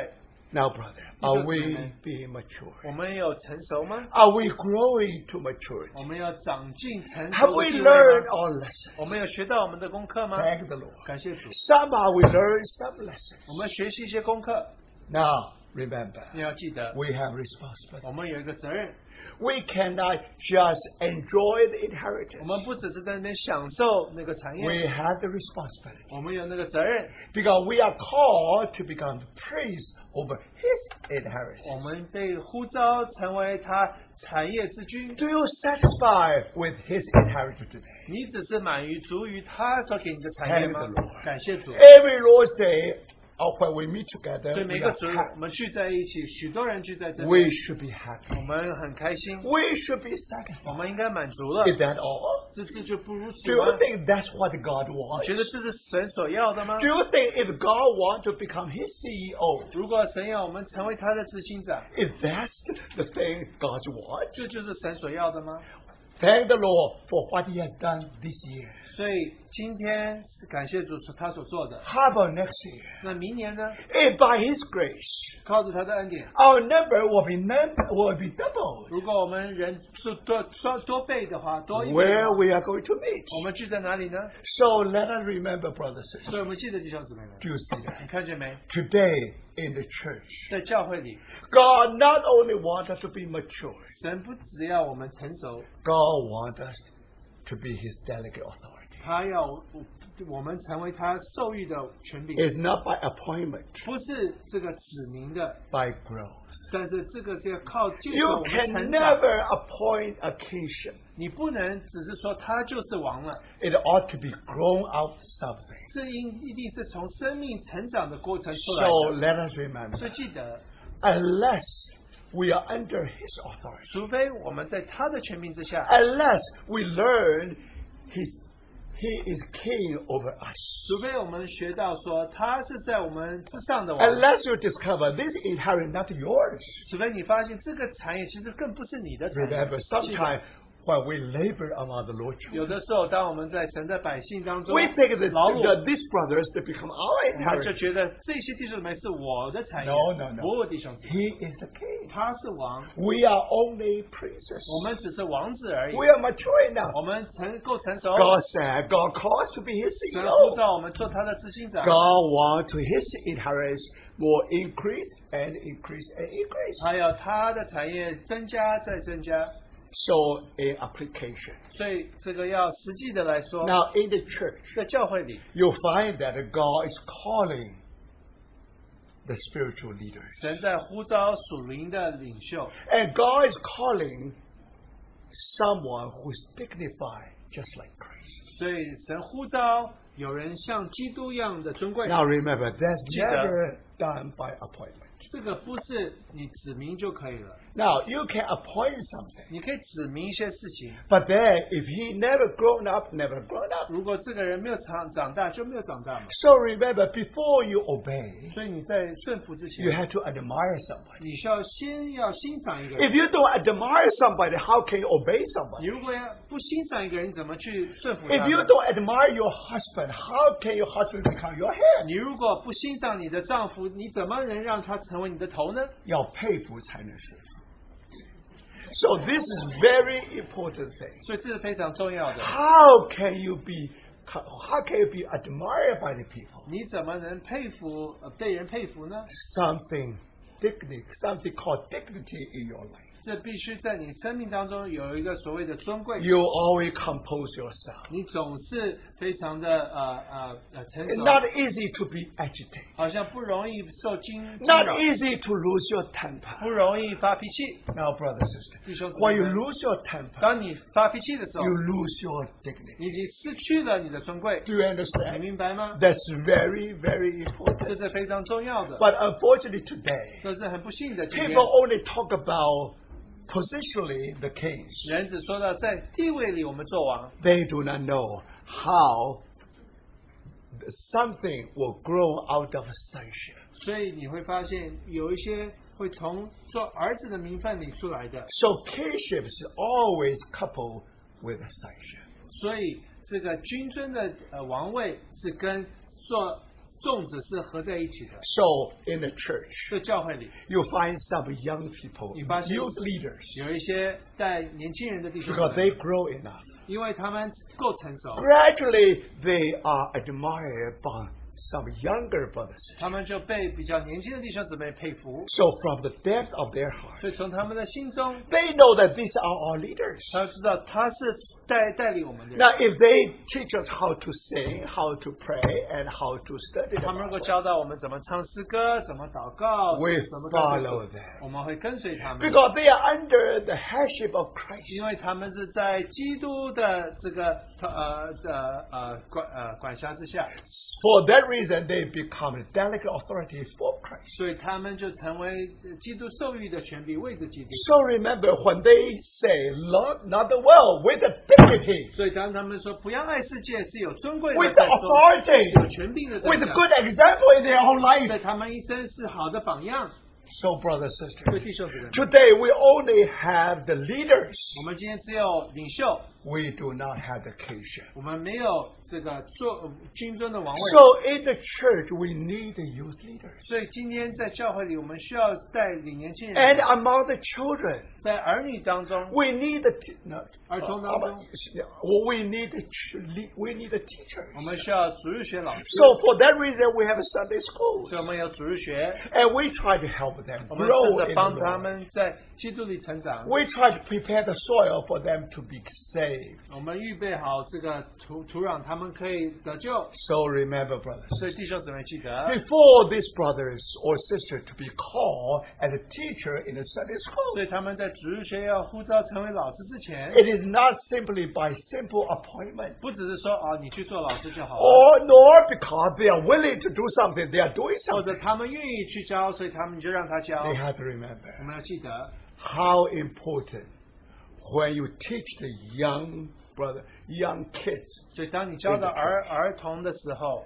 S2: Now, brother, are we being mature?
S1: 我们有成熟吗？
S2: Are we growing to maturity?
S1: 我们要长进成
S2: Have
S1: 熟的
S2: we
S1: 地位
S2: learned
S1: 吗？
S2: our lesson?
S1: 我们有学到我们的功课吗？
S2: Thank the Lord.
S1: 感谢主，
S2: Somehow we learn some lessons.
S1: 我们学习一些功课，
S2: Now, remember,
S1: 你要记得，
S2: we have responsibility.
S1: 我们有一个责任，
S2: We cannot just enjoy the
S1: 我
S2: inheritance.
S1: 们不只是在那边享受那个产
S2: We
S1: 业，
S2: have the responsibility
S1: 我们有那个责任，
S2: because we are called to become the priest over His inheritance.
S1: 我们被呼召成为他产业之君。
S2: Do you satisfy with his inheritance today?
S1: 你只是满于足于他所给你的产业吗
S2: Thank the Lord.？
S1: 感谢主。
S2: Every Lord's Day, or when we meet together,
S1: 所以每
S2: we,
S1: 个
S2: are
S1: 主日
S2: happy.
S1: 我们聚在一起，许多人聚在这
S2: We
S1: 里，
S2: should be happy.
S1: 我们很开心，
S2: We should be
S1: 我
S2: satisfied.
S1: 们应该满足了。
S2: Is that all?
S1: 这这就不如此
S2: Do
S1: 吗
S2: you？think that's what God
S1: 你
S2: wants?
S1: 觉得这是神所要的吗
S2: Do？you think if God wants to become his E CEO,
S1: 如果神要我们成为他的执行长，
S2: if that's the thing God wants,
S1: 这就是神所要的吗？
S2: thank the Lord for what he has done this year.
S1: 所以今天感谢主持他所做的，
S2: How about next year?
S1: 那明年呢？
S2: If by His grace,
S1: 靠着他的恩典，
S2: our number will be num- will be doubled.
S1: 如果我们人是多多多倍的话，多一倍的话
S2: Where we are going to meet.
S1: 我们聚在哪里呢？
S2: So let us remember, brothers and sisters.
S1: 所以我们记得弟兄姊妹们，
S2: Do you see that?
S1: 你看见没？
S2: Today in the church,
S1: 在教会里，
S2: God not only wants us to be mature,
S1: 神不只要我们成熟，
S2: God wants us to be His delegate authority.
S1: 他要我们成为他授予的权柄，
S2: It's not by appointment,
S1: 不是这个指明的，
S2: by growth.
S1: 但是这个是要靠借着
S2: You
S1: 我们
S2: can
S1: 成长。
S2: never appoint a kingship.
S1: 你不能只是说他就是王了，
S2: It ought to be grown out something.
S1: 这应一定是从生命成长的过程出来
S2: So
S1: 的。
S2: let us remember,
S1: 所以记得，
S2: unless we are under His authority,
S1: 除非我们在他的权柄之下，
S2: unless we learn His, He is king over us,
S1: 除非我们学到说他是在我们之上的王，
S2: unless you discover this inherit not yours.
S1: 除非你发现这个产业其实更不是你的产业。
S2: Remember,
S1: 记得
S2: sometimes when we labor among the Lord,
S1: 有的时候，当我们在神的百姓当中
S2: we think that,
S1: 劳碌，
S2: that these brothers they become our
S1: 我们就
S2: inheritance.
S1: 觉得这些弟兄姊妹是我的产业
S2: No, no, no.
S1: 我有弟兄姊妹，
S2: He is the king.
S1: 他是王，
S2: We are only princes.
S1: 我们只是王子而已。
S2: We are mature enough.
S1: 我们成够成熟，
S2: God said, God calls to be His
S1: 神
S2: CEO.
S1: 呼召我们做他的执行长
S2: God，wants to His inheritance will increase and increase and increase.
S1: 还有他的产业增加再增加。
S2: So, in application.
S1: 所以这个要实际的来说，
S2: Now, in the church,
S1: 在教会里，
S2: you'll find that God is calling the spiritual leaders,
S1: 神在呼召属灵的领袖，
S2: and God is calling someone who's dignified, just like Christ.
S1: 所以神呼召有人像基督一样的尊贵。
S2: Now, remember, that's
S1: Yeah.
S2: never done by appointment.
S1: 这个不是你指明就可以了，
S2: Now, you can appoint something,
S1: 你可以指明一些事情。
S2: but then if he never grown up, never grown up.
S1: 如果这个人没有长长大，就没有长大嘛。
S2: So remember, before you obey,
S1: 所以你在顺服之
S2: you
S1: 前，
S2: have to admire somebody.
S1: 你需要先要欣赏一个人。
S2: If you don't admire somebody, how can you obey
S1: 你
S2: somebody?
S1: 如果要不欣赏一个人，你怎么去顺服他
S2: If
S1: 呢
S2: you？don't admire your husband, how can your husband become your head?
S1: 你如果不欣赏你的丈夫，你怎么能让他成为你的头呢？
S2: 要佩服才能顺服。So this is very important thing.
S1: 所以这是非常重要的。
S2: How can you be how can you be admired by the people?
S1: 你怎么能佩服呃被人佩服呢？
S2: Something dignity, something called dignity in your life.
S1: 这必须在你生命当中有一个所谓的尊贵。
S2: You always compose yourself.
S1: 你总是非常的呃呃呃成
S2: It's
S1: 熟，
S2: not easy to be agitated.
S1: 好像不容易受惊惊扰
S2: Not easy to lose your temper.
S1: 不容易发脾气。
S2: Now, brother, sister,
S1: 弟兄姊
S2: when
S1: 妹
S2: you
S1: 们，
S2: lose your temper,
S1: 当你发脾气的时候，
S2: you lose your dignity.
S1: 你已经失去了你的尊贵，
S2: Do you
S1: 你
S2: understand?
S1: 明白吗？
S2: That's very, very
S1: 这
S2: important.
S1: 是非常重要的。
S2: But unfortunately, today,
S1: 这是很不幸的今天，
S2: people only talk about positionally the case.
S1: 人只说到在地位里我们做王，
S2: They do not know how something will grow out of sonship.
S1: 所以你会发现有一些会从做儿子的名分里出来的，
S2: So, kingship is always coupled with sonship.
S1: 所以这个君尊的呃王位是跟做粽子是合在一起的。
S2: So, in the church,
S1: 在教会里
S2: you find some young people,
S1: 你发现-
S2: youth leaders,
S1: 有一些带年轻人的弟兄
S2: because
S1: 姊
S2: they
S1: 妹，
S2: grow enough.
S1: 因为他们够成熟，
S2: Gradually, they are admired by some younger brothers.
S1: 他们就被比较年轻的弟兄姊妹佩服，
S2: So, from the depth of their heart,
S1: 所以从他们的心中，
S2: they know that these are our leaders.
S1: 他知道他是带带领我们的人。
S2: Now, if they teach us how to sing, how to pray, and how to study, the
S1: 他们如果
S2: Bible,
S1: 教导我们怎么唱诗歌，怎么祷告
S2: We
S1: 怎么
S2: follow
S1: 跟
S2: them.
S1: 我们会跟随他们，
S2: because they are under the headship of Christ.
S1: 因为他们是在基督的这个呃呃呃管呃管辖之下，
S2: For that reason, they become a delegate authority for Christ.
S1: 所以他们就成为基督授予的权柄，位置基督。
S2: So remember, when they say, love not the world with the dignity,
S1: 所以当他们说不要爱世界，是有尊贵的
S2: with
S1: 在
S2: the
S1: 说，
S2: authority,
S1: 有权柄的在
S2: with a
S1: 讲
S2: good example in their own
S1: 在
S2: life,
S1: 他们一生是好的榜样，
S2: So, brothers and
S1: 各位
S2: sisters,
S1: 弟兄姊妹，
S2: today we only have the leaders.
S1: 我们今天只有领袖，
S2: We do not have the kingship.
S1: 我们没有这个做呃君尊的王位。
S2: So, in the church, we need the youth leaders.
S1: 所以今天在教会里，我们需要带领年轻
S2: And
S1: 人，
S2: among the children,
S1: 在儿女当中，
S2: we need the t- no, uh,
S1: Are-tong-tong-tong.
S2: well, we need the ch- le- we need the
S1: 我
S2: teachers.
S1: 们需要主日学老师，
S2: So for that reason, we have a Sunday school,
S1: 所以我们有主日学，
S2: and we try to help them
S1: 我们试
S2: grow
S1: 着
S2: in
S1: 帮他
S2: the Lord.
S1: 们在基督里成长。
S2: We try to prepare the soil for them to be saved.
S1: 我们预备好这个土土壤，他们可以得救。
S2: So remember, brothers,
S1: 所以弟兄姊妹记得，
S2: before these brothers or sisters to be called as a teacher in a Sunday
S1: 所
S2: school,
S1: 以他们在主日学要呼召成为老师之前，
S2: it is not simply by simple appointment.
S1: 不只是说哦，你去做老师就好了，
S2: Or nor because they are willing to do something, they are doing
S1: 或者
S2: something.
S1: 他们愿意去教，所以他们就让他教。
S2: They
S1: 我
S2: have to remember.
S1: 们要记得，
S2: how important when you teach the young brother, young kids.
S1: 所以当你教导儿儿童的时候，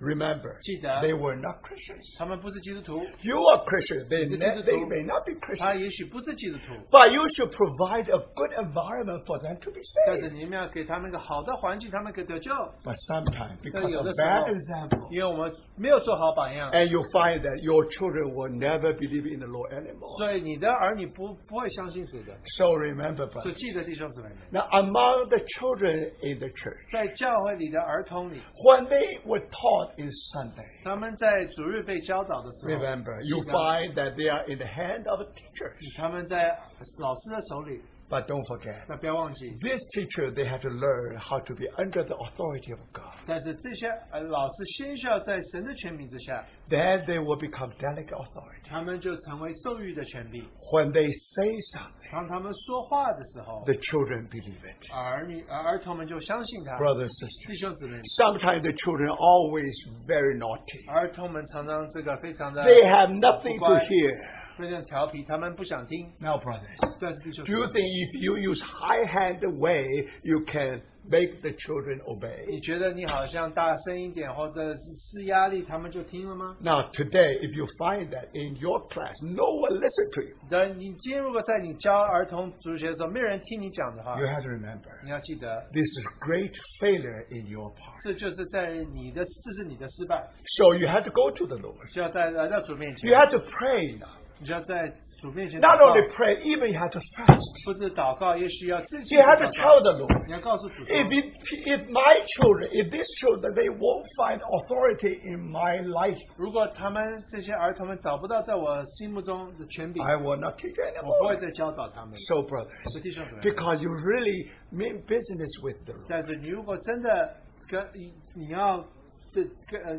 S2: Remember,
S1: 记得。
S2: they were not Christians.
S1: 他们不是基督徒，
S2: You are Christian. They,
S1: Is it
S2: ne-
S1: to the
S2: they
S1: door?
S2: may not be
S1: 他
S2: Christian,
S1: 也许不是基督徒，
S2: but you should provide a good environment for them to be
S1: 但是
S2: saved.
S1: 你们要给他们一个好的环境，他们可以得救。
S2: But sometimes, because of
S1: that's
S2: bad
S1: wrong.
S2: example,
S1: 因为我们没有做好榜样，
S2: and you find that your children will never believe in the Lord anymore.
S1: 所以你的儿女不不会相信主的。
S2: So remember,
S1: 所
S2: brother.
S1: 以记得弟兄姊妹们，
S2: Now, among the children in the church,
S1: 在教会里的儿童里，
S2: when they were taught in Sunday,
S1: 他们在主日被教导的时候，
S2: Remember, you
S1: Keep
S2: find that they are in the hand of teachers.
S1: 他们在老师的手里，
S2: But don't forget,
S1: 那不要忘记。
S2: this teacher, they have to learn how to be under the authority of God.
S1: 但是这些呃老师先需要在神的权柄之下，
S2: Then they will become delegate authority.
S1: 他们就成为受育的权柄。
S2: When they say something,
S1: 当他们说话的时候，
S2: the children believe it.
S1: 儿女呃儿儿童们就相信他。
S2: Brothers and sisters,
S1: 弟兄姊妹，
S2: sometimes the children are always very naughty.
S1: 儿童们常常这个非常的
S2: They have nothing
S1: 不乖
S2: to hear.
S1: 非常调皮，他们不想听。
S2: Now, brothers,
S1: 但是弟兄姊
S2: do you
S1: 妹
S2: think if you use high-handed way, you can make the children obey?
S1: 你觉得你好像大声一点，或者是施压力，他们就听了吗？
S2: Now, today, if you find that in your class, no one listens to you,
S1: 但你今天如果在你教儿童主学的时候，没有人听你讲的话
S2: you，have to remember
S1: 你要记得，
S2: this is great failure in your part.
S1: 这就是在你的，这是你的失败，
S2: So you have to go to the Lord.
S1: 需要在来到主面前
S2: You，have to pray now.
S1: 你需要在主面前
S2: Not
S1: 祷
S2: only
S1: 告，
S2: pray, even you have to fast.
S1: 不是祷告，也需要自己
S2: You
S1: 去
S2: have to
S1: 祷
S2: tell
S1: 告。
S2: the Lord.
S1: 你要告诉主说，
S2: If, it, if my children, if these children, they won't find authority in my life,
S1: 如果他们这些儿童们找不到在我心目中的权柄，
S2: I will not teach you
S1: 我不会
S2: anymore.
S1: 再教导他们。
S2: So, brothers,
S1: 是弟兄姊妹们，
S2: because you really mean business with the Lord,
S1: 但是你如果真的跟你你要这跟呃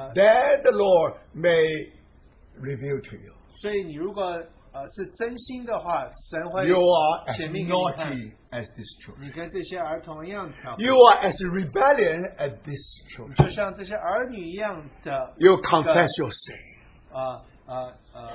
S1: 呃呃，
S2: then the Lord may reveal to you.
S1: 所以你如果呃是真心的话，神会
S2: You are as
S1: 显明给你看。
S2: naughty as these children.
S1: 你跟这些儿童一样调皮
S2: You are as rebellion as these
S1: 你
S2: children.
S1: 就像这些儿女一样的
S2: You confess your sin.
S1: 呃呃呃，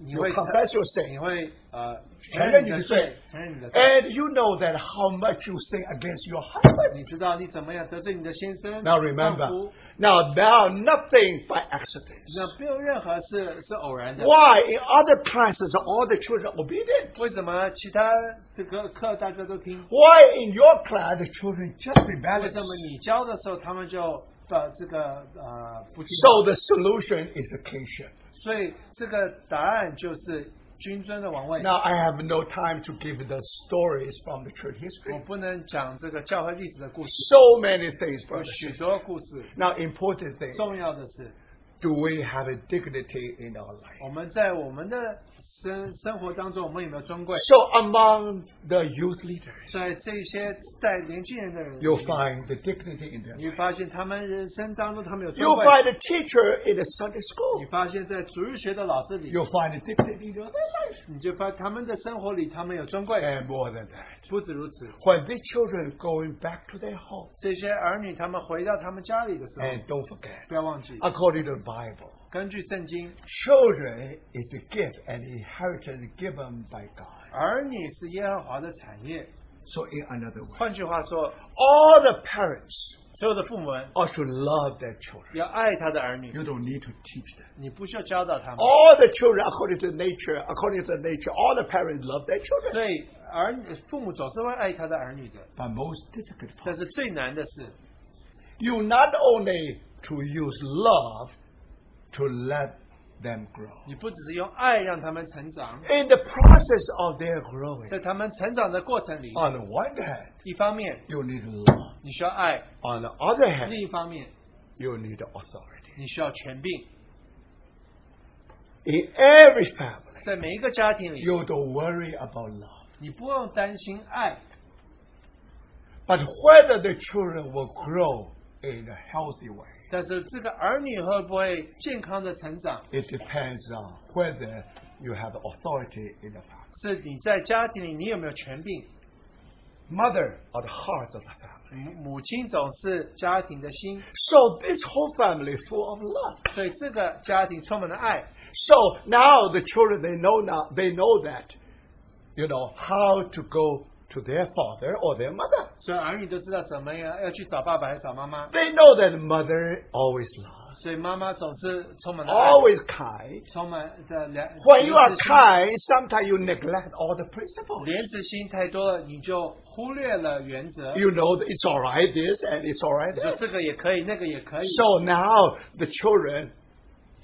S1: 你
S2: You
S1: 会
S2: confess your
S1: 你
S2: sin.
S1: 会呃
S2: 承
S1: 承认
S2: 认你
S1: 你
S2: 的
S1: 的
S2: 罪
S1: 罪，哎承认你的罪，
S2: And you know that how much you sin against your husband.
S1: 你知道你怎么样得罪你的先生。
S2: Now remember,
S1: 丈夫
S2: now there are nothing by accident.
S1: 那没有任何是是偶然的。
S2: Why in other classes are all the children obedient?
S1: 为什么其他这个课大家都听？
S2: Why in your class the children just
S1: 为
S2: rebellious?
S1: 什么你教的时候他们就呃这个呃不听？
S2: So the solution is the kingship.
S1: 所以这个答案就是君尊的王位。
S2: Now I have no time to give the stories from the church
S1: 我
S2: history.
S1: 不能讲这个教会历史的故事，
S2: So many things,
S1: 有
S2: brothers.
S1: 许多故事。
S2: Now, important thing:
S1: 重要的是，
S2: do we have a dignity in our life?
S1: 我们在我们的生生活当中，我们有没有尊贵？
S2: So, among the youth leaders,
S1: 在这些带年轻人的人里面，
S2: you'll find the dignity in them.
S1: 你发现他们人生当中他们有尊
S2: You'll
S1: 贵。
S2: find a teacher in a Sunday
S1: 你
S2: school.
S1: 发现，在主日学的老师里，
S2: You'll find a dignity in your life,
S1: 你就发他们的生活里，他们有尊贵。
S2: and more than that.
S1: 不止如此，
S2: When these children going back to their um, home,
S1: 这些儿女他们回到他们家里的时候，
S2: and don't forget,
S1: 不要忘记，
S2: according to the Bible,
S1: 根据圣经，
S2: children is the gift and inheritance given by God.
S1: 儿女是耶和华的产业。
S2: So, in another way,
S1: 换句话说，
S2: all the parents
S1: 所有的父母们
S2: ought to love their children.
S1: 要爱他的儿女，
S2: You don't need to teach them.
S1: 你不需要教导他们。
S2: All the children, according to nature, according to nature, all the parents love their children.
S1: 所以儿女父母总是会爱他的儿女的，
S2: But most difficult part,
S1: 但是最难的是，
S2: you not only to use love to let them grow.
S1: 你不只是用爱让他们成长，
S2: In the process of their growing,
S1: 在他们成长的过程里，
S2: on the one hand,
S1: 一方面
S2: you need love.
S1: 你需要爱，
S2: On the other
S1: 另
S2: hand,
S1: 一方面
S2: you need authority.
S1: 你需要权柄。
S2: In every family,
S1: 在每一个家庭里，
S2: you don't worry about love.
S1: 你不用担心爱，
S2: But whether the children will grow in a healthy way,
S1: 但是这个儿女会不会健康的成长，
S2: it depends on whether you have authority in the family.
S1: 是你在家庭里你有没有权柄。
S2: Mother are the hearts of the family.
S1: 母母亲总是家庭的心，
S2: So this whole family is full of love.
S1: 所以这个家庭充满了爱。
S2: So now the children they know now they know that, you know, how to go to their father or their mother.
S1: 所以儿女都知道怎么样要去找爸爸还是找妈妈，
S2: They know that mother always loves,
S1: 所以妈妈总是充满了爱
S2: always kind.
S1: 充满的良
S2: When you are
S1: 廉耻心
S2: kind, sometimes you neglect all the principles.
S1: 廉耻心太多了，你就忽略了原则。
S2: You know that it's all right this and it's all right
S1: 你说
S2: that.
S1: 这个也可以，那个也可以，
S2: So now the children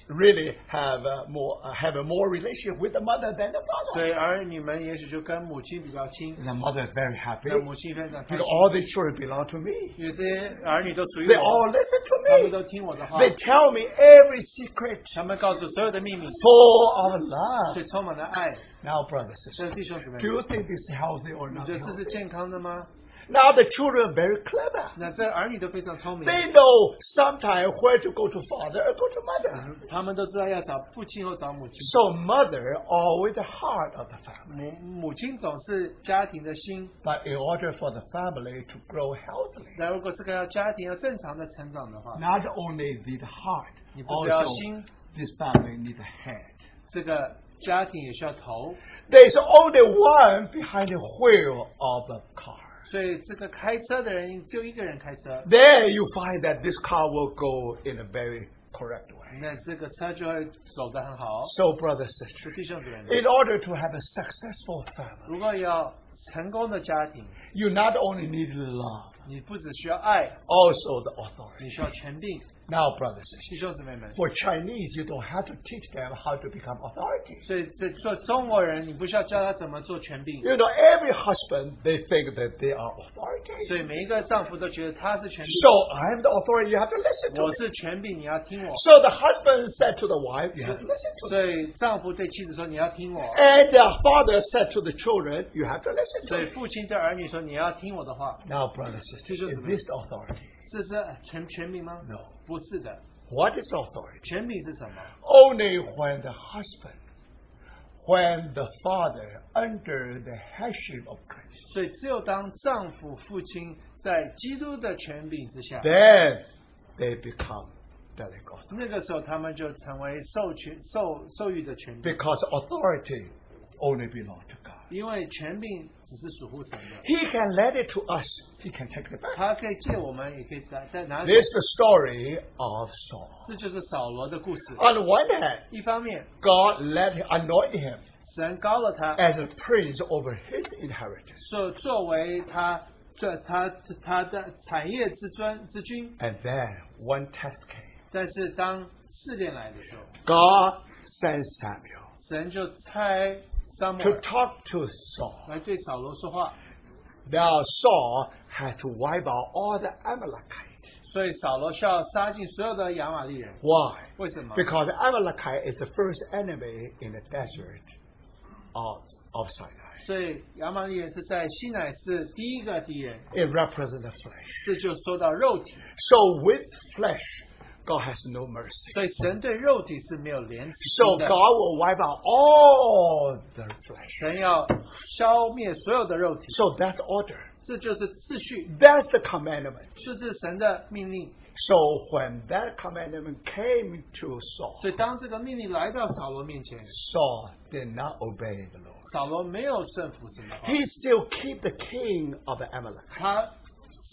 S2: really have a more have a more relationship with the mother than the father.
S1: 所以儿女们也许就跟母亲比较亲，
S2: And the mother is very happy
S1: 那母亲非常开心，
S2: because 嗯 all these children belong to me.
S1: 因为这些儿女都属于
S2: They
S1: 我
S2: all，
S1: 他们
S2: listen to me.
S1: 都听我的话，
S2: They tell me every secret
S1: 他们告诉所有的秘密，
S2: full of
S1: 所
S2: love.
S1: 以充满了爱。
S2: Now, brothers,
S1: 所
S2: sisters,
S1: 以弟兄姊妹
S2: do，you think this is healthy or
S1: 你
S2: not?
S1: 觉得这是
S2: healthy?
S1: 健康的吗？
S2: Now the children are very clever.
S1: 那这儿女都非常聪明，
S2: They know sometimes where to go to father or go to mother.
S1: 他们都知道要找父亲或找母亲。
S2: So mother always the heart of the family.
S1: 母母亲总是家庭的心，
S2: But in order for the family to grow healthily,
S1: 那如果这个要家庭要正常的成长的话，
S2: not only the heart,
S1: 你不只要
S2: also
S1: 心。
S2: this family need a head.
S1: 这个家庭也需要头，
S2: There's only one behind the wheel of a car.
S1: 所以这个开车的人就一个人开车，
S2: There you find that this car will go in a very correct way.
S1: 那这个车就会走得很好。
S2: So, brother, sister,
S1: 是弟兄姊妹们，
S2: in order to have a successful family,
S1: 如果要成功的家庭，
S2: you not only need love,
S1: 你不只需要爱，
S2: also the authority.
S1: 你需要权柄。
S2: Now, brother, sister,
S1: 弟兄姊妹们，
S2: for Chinese, you don't have to teach them how to become authorities.
S1: 所以这做中国人，你不需要教他怎么做权柄，
S2: You know, every husband, they think that they are
S1: 所
S2: authority.
S1: 以每一个丈夫都觉得他是权
S2: So I'm the authority, you have to listen
S1: 柄，
S2: to me.
S1: 我是权柄，你要听我。
S2: So the husband said to the wife, you have to listen to me.
S1: 所以丈夫对妻子说：“你要听我。
S2: And the father said to the children, you have to ” listen
S1: 所以
S2: to me.
S1: 父亲对儿女说：“你要听我的话。
S2: Now, brothers and sisters, is this authority? ”
S1: 这是权权柄吗？
S2: No.
S1: 不是的，
S2: What is authority?
S1: 权柄是什么？
S2: Only when the husband, when the father, under the headship of Christ,
S1: 所以只有当丈夫、父亲在基督的权柄之下，
S2: then they become delic authority.
S1: 那个时候他们就成为授权、授授予的权柄，
S2: Because authority only belongs to God.
S1: 因为权柄只是属乎神的，
S2: He can let it to us. He can take it back.
S1: 他可以借我们，也可以再再拿走
S2: This。is the story of Saul.
S1: 这就是扫罗的故事。
S2: On the one hand,
S1: 一方面，
S2: God let anoint him
S1: 神高了他，
S2: as a prince over his inheritance,
S1: 作作为他这他他的产业之尊之君，
S2: and then one test came.
S1: 但是当试炼来的时候，
S2: God sent Samuel
S1: 神就差撒母
S2: to
S1: 耳
S2: talk to Saul.
S1: 来对扫罗说话，
S2: Now Saul had to wipe out all the Amalekites.
S1: 所以扫罗需要杀尽所有的亚玛利人。
S2: Why?
S1: 为什么？
S2: Because Amalekite is the first enemy in the desert of, of Sinai.
S1: 所以亚玛利人是在西乃是第一个敌人，
S2: It represents the flesh.
S1: 这就说到肉体。
S2: So with flesh, God has no mercy.
S1: 所以神对肉体是没有怜悯
S2: So
S1: 心
S2: God
S1: 的，
S2: will wipe out all the flesh.
S1: 神要消灭所有的肉体，
S2: So that's order.
S1: 这就是秩序，
S2: That's the commandment.
S1: 这是神的命令。
S2: So when that commandment came to Saul,
S1: 所以当这个命令来到扫罗面前，
S2: Saul did not obey the Lord.
S1: 扫罗没有顺服神的话，
S2: He still keep the king of Amalek.
S1: 他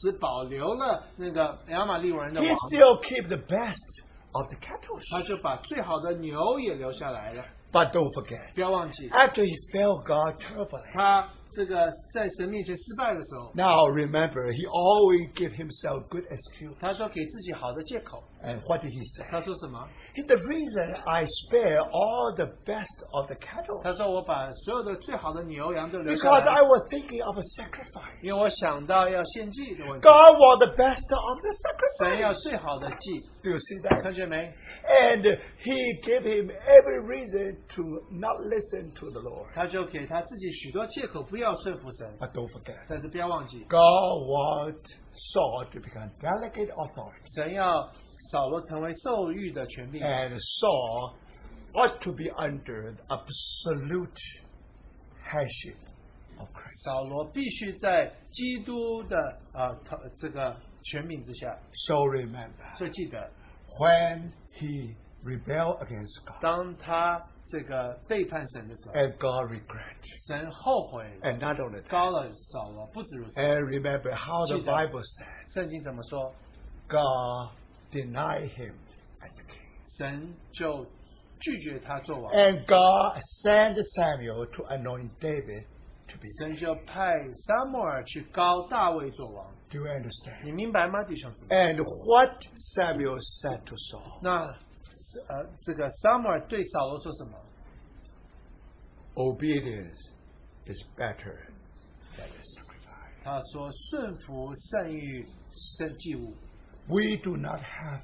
S1: 只保留了那个亚玛利人的
S2: He
S1: 王，
S2: still keep the best of the cattle.
S1: 他就把最好的牛也留下来了。
S2: But don't forget,
S1: 不要忘记，
S2: after he failed God terribly,
S1: 他这个在神面前失败的时候，
S2: now remember, he always give himself good excuse.
S1: 他说给自己好的借口。
S2: And what did he say?
S1: 他说什么？
S2: He- The reason I spare all the best of the cattle
S1: 他说我把所有的最好的牛羊都留下
S2: because
S1: 来
S2: I，was thinking of a sacrifice.
S1: 因为我想到要献祭的问题，
S2: God was the best of the
S1: 神
S2: sacrifice.
S1: 要最好的祭，
S2: Do you see
S1: 看
S2: that?
S1: 见没？
S2: And he gave him every reason to not listen to the Lord.
S1: 他就给他自己许多借口，不要顺服神。
S2: But don't forget,
S1: 但是不要忘记，
S2: God wants Saul to become delegate authority.
S1: 神要扫罗成为受欲的权柄，
S2: And Saul ought to be under the absolute headship of Christ.
S1: 扫罗必须在基督的呃头这个权柄之下。
S2: So remember,
S1: 所以记得，
S2: when he rebelled against God,
S1: 当他这个背叛神的时候，
S2: and God regret.
S1: 神后悔
S2: And not only that,
S1: 高了扫罗，不止如此。
S2: and remember how the
S1: Judah.
S2: Bible said
S1: 圣经怎么说？
S2: God denied him as the king.
S1: 神就拒绝他做王，
S2: And God sent Samuel to anoint David to be.
S1: 神就派撒母耳去高大卫做王。
S2: Do you
S1: 你
S2: understand?
S1: 明白吗，弟兄姊妹？
S2: And what Samuel said to Saul,
S1: 那呃，这个撒母耳对扫罗说什么？
S2: obedience is better than the sacrifice.
S1: 他说：“顺服胜于生祭物。
S2: We do not have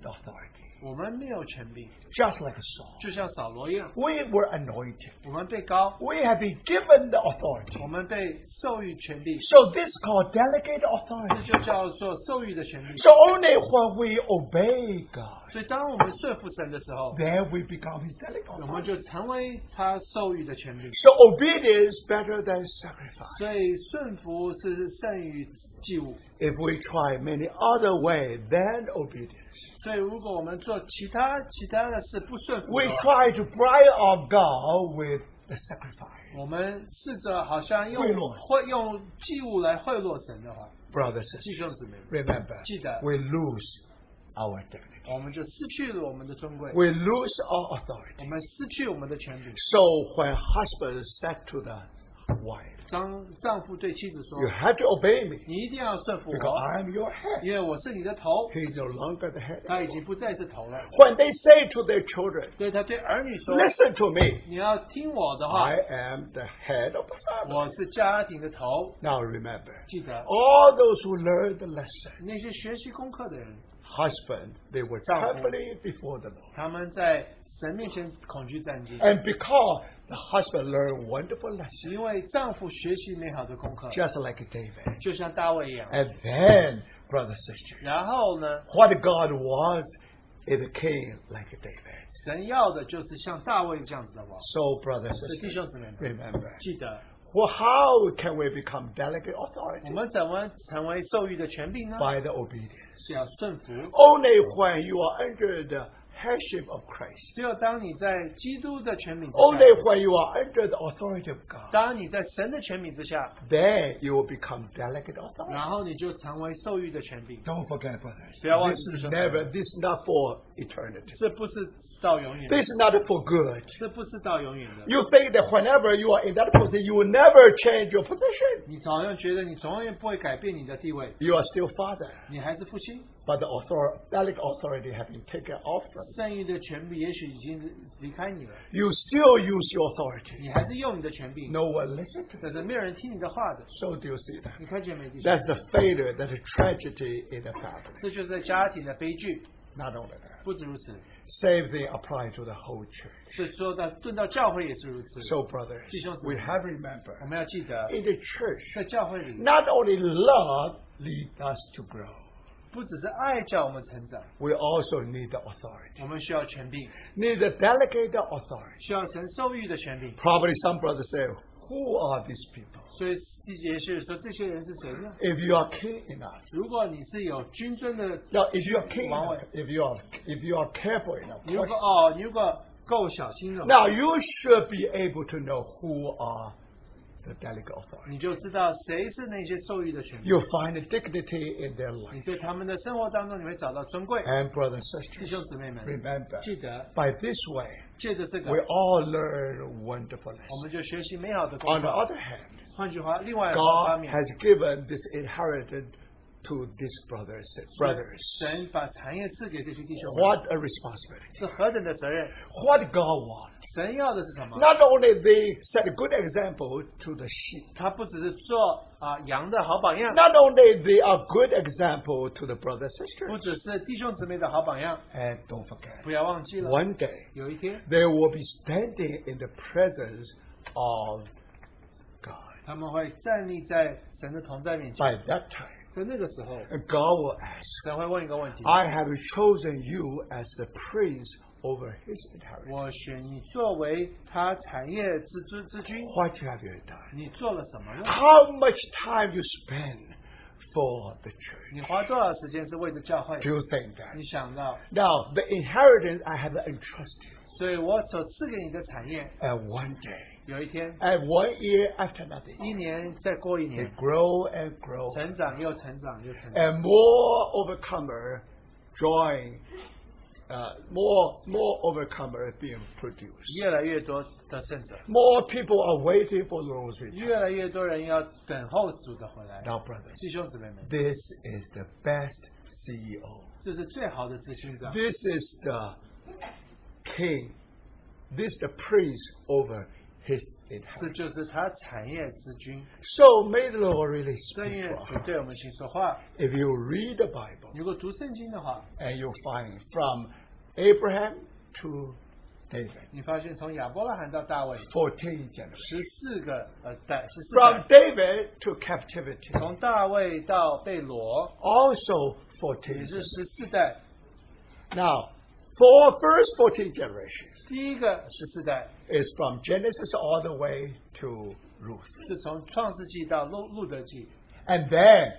S2: the authority,
S1: 我们没有权柄，
S2: just like Saul.
S1: 就像扫罗一样，
S2: We were anointed.
S1: 我们被高，
S2: We have been given the authority.
S1: 我们被授予权柄，
S2: So this is called delegate
S1: 这
S2: authority.
S1: 就叫做授予的权柄。
S2: So only when we obey God,
S1: 所以，当我们顺服神的时候，
S2: then we become His delegate
S1: 我们
S2: authority.
S1: 就成为他授予的权柄。
S2: So obedience is better than sacrifice.
S1: 所以，顺服是胜于祭物。
S2: If we try many other way than obedience,
S1: 所以，如果我们做其他其他的事不顺服
S2: we
S1: 的话，
S2: try to bribe our God with the sacrifice.
S1: 我们试着好像用
S2: 贿赂
S1: 会用祭物来贿赂神的话，
S2: Brothers and
S1: 弟
S2: sisters,
S1: 兄姊妹们，
S2: remember,
S1: 记得。
S2: we lose our dignity.
S1: 我们就失去了我们的尊贵。
S2: We lose our
S1: 我
S2: authority.
S1: 们失去我们的权柄。
S2: So when husband said to the wife,
S1: 当丈夫对妻子说
S2: you have to obey me
S1: 你一定要顺服
S2: because
S1: 我，
S2: I'm your head.
S1: 因为我是你的头。
S2: He's no longer the head.
S1: 他已经不再是头了。
S2: When they say to their children,
S1: 所以他对儿女说
S2: listen to me,：“
S1: 你要听我的话
S2: I，am the head of the family.
S1: 我是家庭的头。
S2: Now remember, ”
S1: 记得
S2: all those who learn the lesson,
S1: 那些学习功课的人，
S2: husband, they were
S1: Sound.
S2: trembling before the Lord.
S1: 他们在神面前恐惧战兢，
S2: And because the husband learned wonderful lesson,
S1: 因为丈夫学习美好的功课，
S2: just like David.
S1: 就像大卫一样。
S2: And then, brother, sister,
S1: 然后呢，
S2: what God was is a king like David.
S1: 神要的就是像大卫这样子的王。
S2: So, brother,
S1: 所以弟
S2: sister,
S1: 兄姊妹们，
S2: remember,
S1: 记得
S2: well, how can we become delegate
S1: 我
S2: authority?
S1: 们怎么成为受益的权柄呢？
S2: By the obedience.
S1: 是要顺服。
S2: Only when you are under the headship of Christ,
S1: 只有当你在基督的权柄之
S2: only
S1: 下，
S2: when you are under the authority of God,
S1: 当你在神的权柄之下，
S2: then you will become delegate
S1: 然
S2: authority.
S1: 后你就成为受益的权柄。
S2: Don't forget, brothers.
S1: 不要忘记
S2: This is
S1: 弟兄姊妹。
S2: never. This is not for eternity.
S1: 这不是到永远的，
S2: This is not for good.
S1: 这不是到永远的。
S2: You think that whenever you are in that position, you will never change your position.
S1: 你好像觉得你永远不会改变你的地位，
S2: You are still father,
S1: 你还是父亲。
S2: but the author, delegate authority has been taken off from you.
S1: 剩余的权柄也许已经离开你了，
S2: You still use your authority.
S1: 你还是用你的权柄，
S2: No one listens to you.
S1: 但是没有人听你的话的。
S2: So do you see that?
S1: 你看见没，弟兄？
S2: That's the failure, that's the tragedy in the family.
S1: 这就是家庭的悲剧。
S2: Not only that.
S1: 不止如此，
S2: Same thing applies to the whole church.
S1: 是说到论到教会也是如此。
S2: So, brothers, we have remembered
S1: 我们要记得，
S2: in the church,
S1: 在教会里，
S2: not only love leads us to grow,
S1: 不只是爱叫我们成长，
S2: we also need the authority,
S1: 我们需要权柄，
S2: need the delegate authority.
S1: 需要神授予的权柄。
S2: Probably some brothers say, Who are these people?
S1: 所以，弟姐也是说，这些人是谁呢？
S2: If you are king enough,
S1: 如果你是有军尊的
S2: now if you are king,
S1: Wow.
S2: enough, if you are if you are careful enough,
S1: 你如果哦，你如果够小心的话，
S2: now you should be able to know who are the delegate authority.
S1: 你就知道谁是那些受益的权柄。
S2: You'll find a dignity in their
S1: 你
S2: life.
S1: 在他们的生活当中，你会找到尊贵。
S2: And brothers and sisters,
S1: 弟兄姊妹们，
S2: 哎 remember,
S1: 记得
S2: by this way,
S1: 借着这个
S2: we，all learn
S1: 我
S2: wonderful lessons.
S1: 们就学习美好的功
S2: On the
S1: 课。
S2: other hand,
S1: 换句话，另外一个方
S2: God
S1: 面，
S2: has given this inheritance to these brothers and brothers.
S1: 神把产业赐给这些弟兄们，
S2: What a responsibility.
S1: 是何等的责任！
S2: What God wants.
S1: 神要的是什么？
S2: Not only they set a good example to the sheep,
S1: 他不只是做啊、羊的好榜样，
S2: not only they are good example to the brother
S1: 不
S2: sisters.
S1: 只是弟兄姊妹的好榜样。
S2: And don't forget,
S1: 不要忘记了，
S2: one day
S1: 有一天
S2: they will be standing in the presence of God.
S1: 他们会站立在神的同在面前。
S2: By that time,
S1: 在那个时候，
S2: God will ask,
S1: 神会问一个问题：
S2: I have chosen you as the prince over his inheritance.
S1: 我选你作为他产业之之之君，
S2: What have you done?
S1: 你做了什么呢？
S2: How much time you spend for the church?
S1: 你花多少时间是为着教会？
S2: Do you think that?
S1: 你想到，
S2: Now, the inheritance I have entrusted you.
S1: 所以我所赐给你的产业，
S2: And one day,
S1: 有一天，
S2: and one year after
S1: 一
S2: another,
S1: 年再过一
S2: they
S1: 年，
S2: grow and grow.
S1: 成长又成长又成长，
S2: And more overcomer join, uh, more, more overcomer being produced.
S1: 越来越多的胜者，
S2: More people are waiting for the Lord's
S1: 越
S2: return.
S1: 来越多人要等候主的回来。
S2: Now, brothers,
S1: 弟兄姊妹们，
S2: this is the best E CEO.
S1: 这是最好的执行长，
S2: This is the king. This is the prince over his
S1: 这
S2: inheritance.
S1: 就是他产业之君。
S2: So may the Lord really
S1: 但
S2: speak
S1: 愿
S2: for
S1: 主
S2: us.
S1: 对我们心说话。
S2: If you read the Bible,
S1: 如果读圣经的话，
S2: and you'll find from Abraham to David,
S1: 你发现从亚伯拉罕到大卫，
S2: 14 generations.
S1: 十四个呃代，十四
S2: From
S1: 代，
S2: David to captivity,
S1: 从大卫到贝罗，
S2: also 14
S1: 也是十
S2: generations.
S1: 四代。
S2: Now, for first 14 generations
S1: 第一个十四代
S2: is from Genesis all the way to Ruth.
S1: 是从创世纪到路路德记，
S2: And then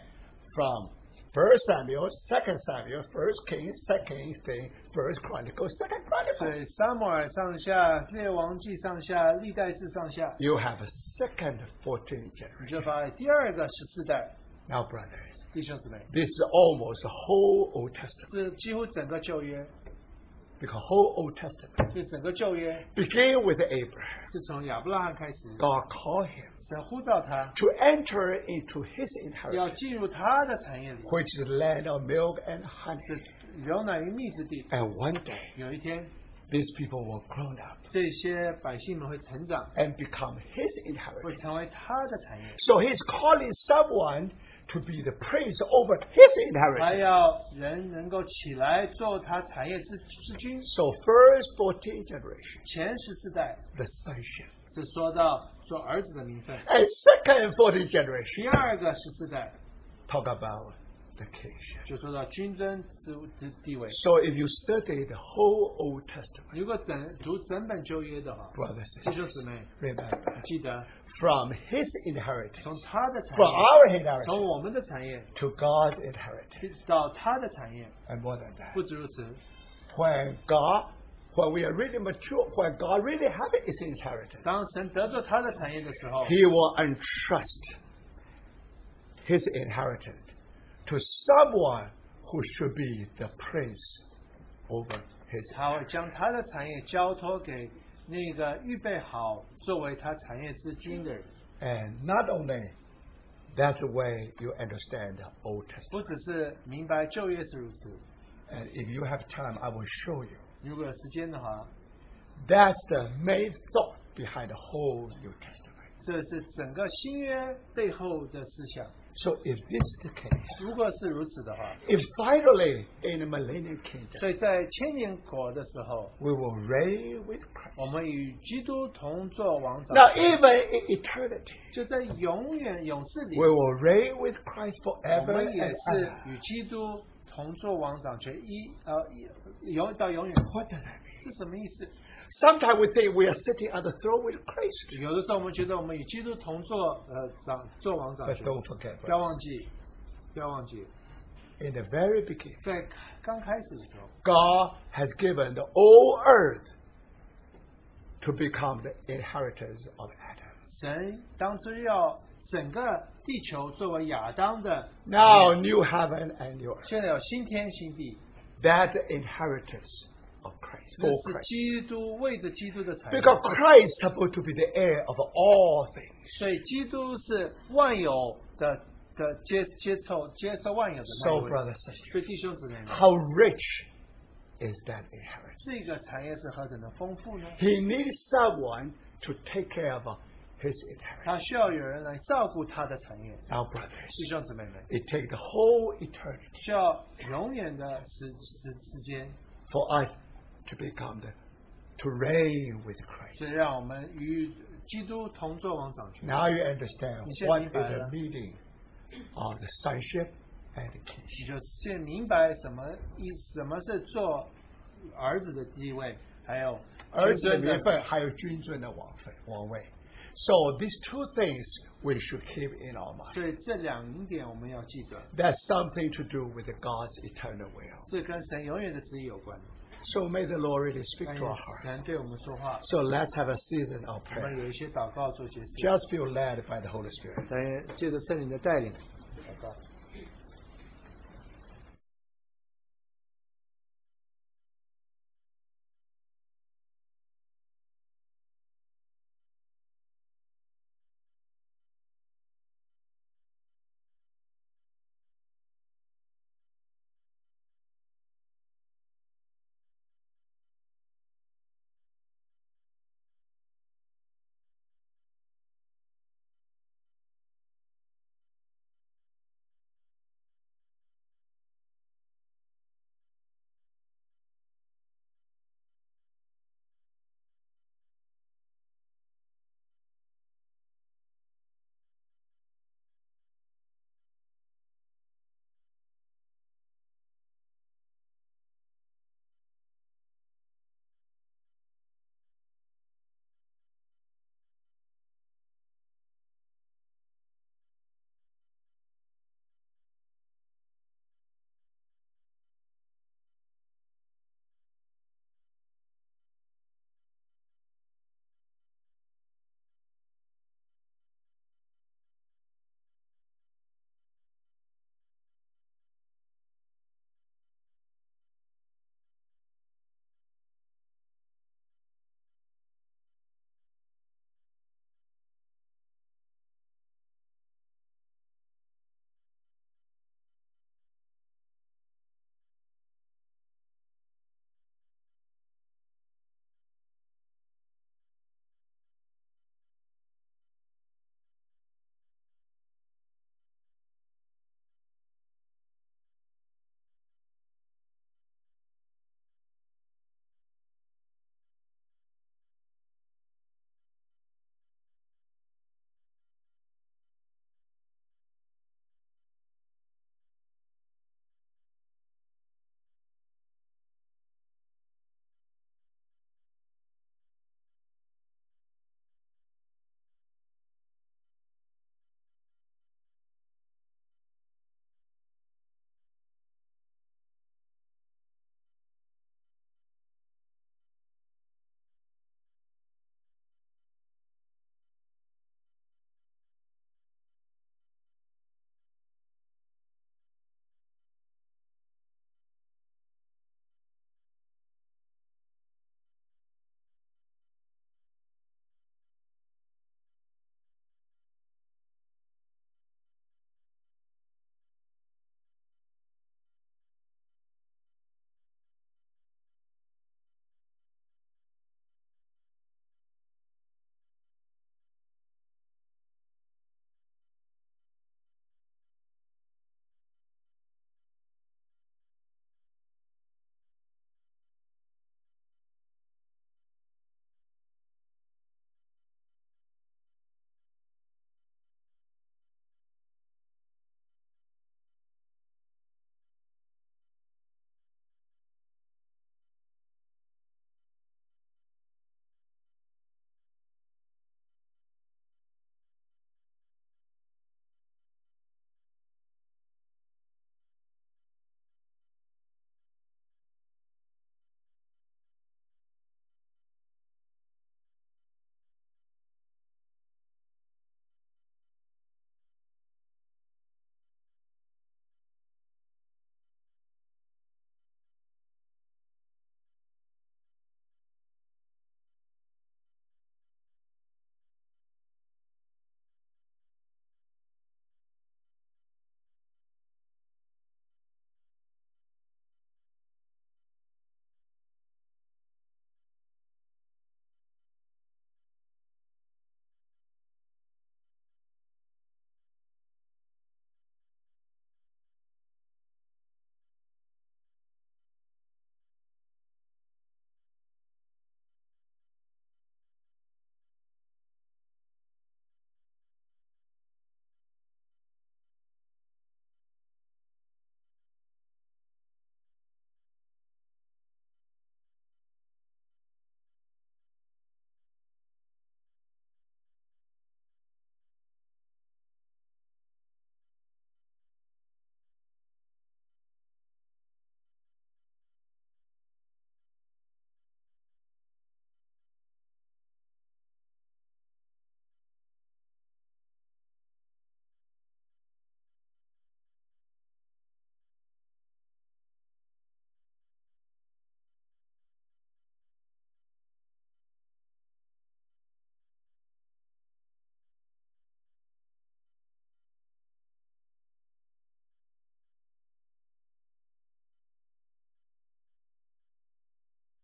S2: from First Samuel, Second Samuel, First Kings, Second King, First Chronicles, Second
S1: 所
S2: Chronicles.
S1: 以撒母耳上下、列王记上下、历代志上下，
S2: You have a second 14 generation.
S1: 你就发现第二个十四代
S2: Now, brothers,
S1: 弟兄姊妹，
S2: This is almost the whole Old Testament.
S1: 是几乎整个旧约，
S2: Because whole Old Testament
S1: 就整个旧约
S2: began with Abraham.
S1: 是从亚伯拉罕开始，
S2: God called him
S1: 神呼召他
S2: to enter into his
S1: 要
S2: inheritance,
S1: 进入他的产业里，
S2: which is the land of milk and honey.
S1: 是流奶与蜜之地。
S2: And one day,
S1: 有一天，
S2: these people will grown up
S1: 这些百姓们会成长，
S2: and become his
S1: 会
S2: inheritance.
S1: 成为他的产业。
S2: So he's calling someone to be the prince over his
S1: 他
S2: inheritance.
S1: 要人能够起来做他产业之之君。
S2: So first 14 generation,
S1: 前十四代
S2: the sonship.
S1: 是说到做儿子的名分，
S2: And second 14
S1: 第
S2: generation,
S1: 二个十四代
S2: talk about the kingship.
S1: 就说到君尊之之地位。
S2: So if you study the whole Old Testament,
S1: 如果整读整本旧约的话，
S2: brothers
S1: 弟
S2: and sisters,
S1: 兄姊妹，
S2: remember,
S1: 你记得
S2: from his inheritance,
S1: 从他的产业，
S2: from our
S1: 从
S2: inheritance
S1: 我们的产业
S2: to God's inheritance,
S1: 到他的产业，
S2: and more than that,
S1: 不止如此。
S2: when God, when we are really mature, when God really has his inheritance,
S1: 当神得着他的产业的时候，
S2: He will entrust his inheritance to someone who should be the prince over his.
S1: 他会将他的产业交托给那个预备好作为他产业之君的人。
S2: And not only that's the way you understand the Old Testament.
S1: 不只是明白旧约是如此，
S2: And if you have time, I will show you.
S1: 如果有时间的话，
S2: That's the main thought behind the whole New Testament.
S1: 这是整个新约背后的思想。
S2: So if this is the case,
S1: 如果是如此的话，
S2: if finally in the millennial kingdom
S1: 所以在千年国的时候，
S2: we will reign with Christ.
S1: 我们与基督同作王者，
S2: Now even in eternity,
S1: 就在永远永世里，
S2: we will reign with Christ
S1: 我
S2: forever
S1: 们
S2: and
S1: 也
S2: ever.
S1: 是与基督同作王掌权一呃一永到永远。
S2: What does that mean?
S1: 是什么意思？
S2: Sometimes we think we are sitting on the throne with Christ.
S1: 有的时候我们觉得我们与基督同作呃掌作王掌
S2: But
S1: 权，
S2: don't forget,
S1: 不要
S2: brothers,
S1: 忘记，不要忘记，
S2: in the very beginning,
S1: 在刚开始的时候。
S2: God has given the whole earth to become the inheritance of Adam.
S1: 神当初要整个地球作为亚当的
S2: Now, new heaven and new earth.
S1: 现在有新天新地，
S2: That's the inheritance of Christ.
S1: 这
S2: For
S1: 是
S2: Christ.
S1: 基督为着基督的产业，
S2: Because Christ is supposed to be the heir of all things.
S1: 所以基督是万有的的接接受接受万有的那
S2: So,
S1: 一位
S2: brother, sister,
S1: 所以弟兄姊妹们，
S2: how rich is that inheritance?
S1: 这个产业是何等的丰富呢？
S2: He needs someone to take care of his
S1: 他
S2: inheritance.
S1: 需要有人来照顾他的产业，
S2: Now, brothers,
S1: 弟兄姊妹们，
S2: it takes the whole eternity
S1: 需要永远的时时时间，
S2: for us to become the to reign with Christ.
S1: 所以让我们与基督同作王掌权。
S2: Now you understand
S1: You said
S2: what
S1: me
S2: is
S1: better.
S2: the meaning of the sonship and the kingship.
S1: 你就先明白什么意，什么是做儿子的地位，还有
S2: 儿子的
S1: 真
S2: 名分，还有君尊的王分王位。So these two things we should keep in our mind.
S1: 所以这两点我们要记得，
S2: That's something to do with God's eternal will.
S1: 这跟神永远的旨意有关。
S2: So may the Lord really speak
S1: 但
S2: to our heart.
S1: 神对我们说话，
S2: So let's have a season of
S1: 我们
S2: prayer.
S1: 有一些祷告做解释。
S2: Just feel led by the Holy Spirit.
S1: 咱借着圣灵的带领，祷告。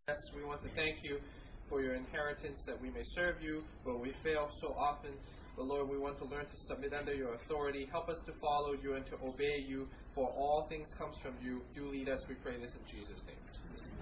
S1: Yes, we want to thank you for your inheritance that we may serve you, but we fail so often. But Lord, we want to learn to submit under your authority. Help us to follow you and to obey you, for all things comes from you. Do lead us, we pray this in Jesus' name.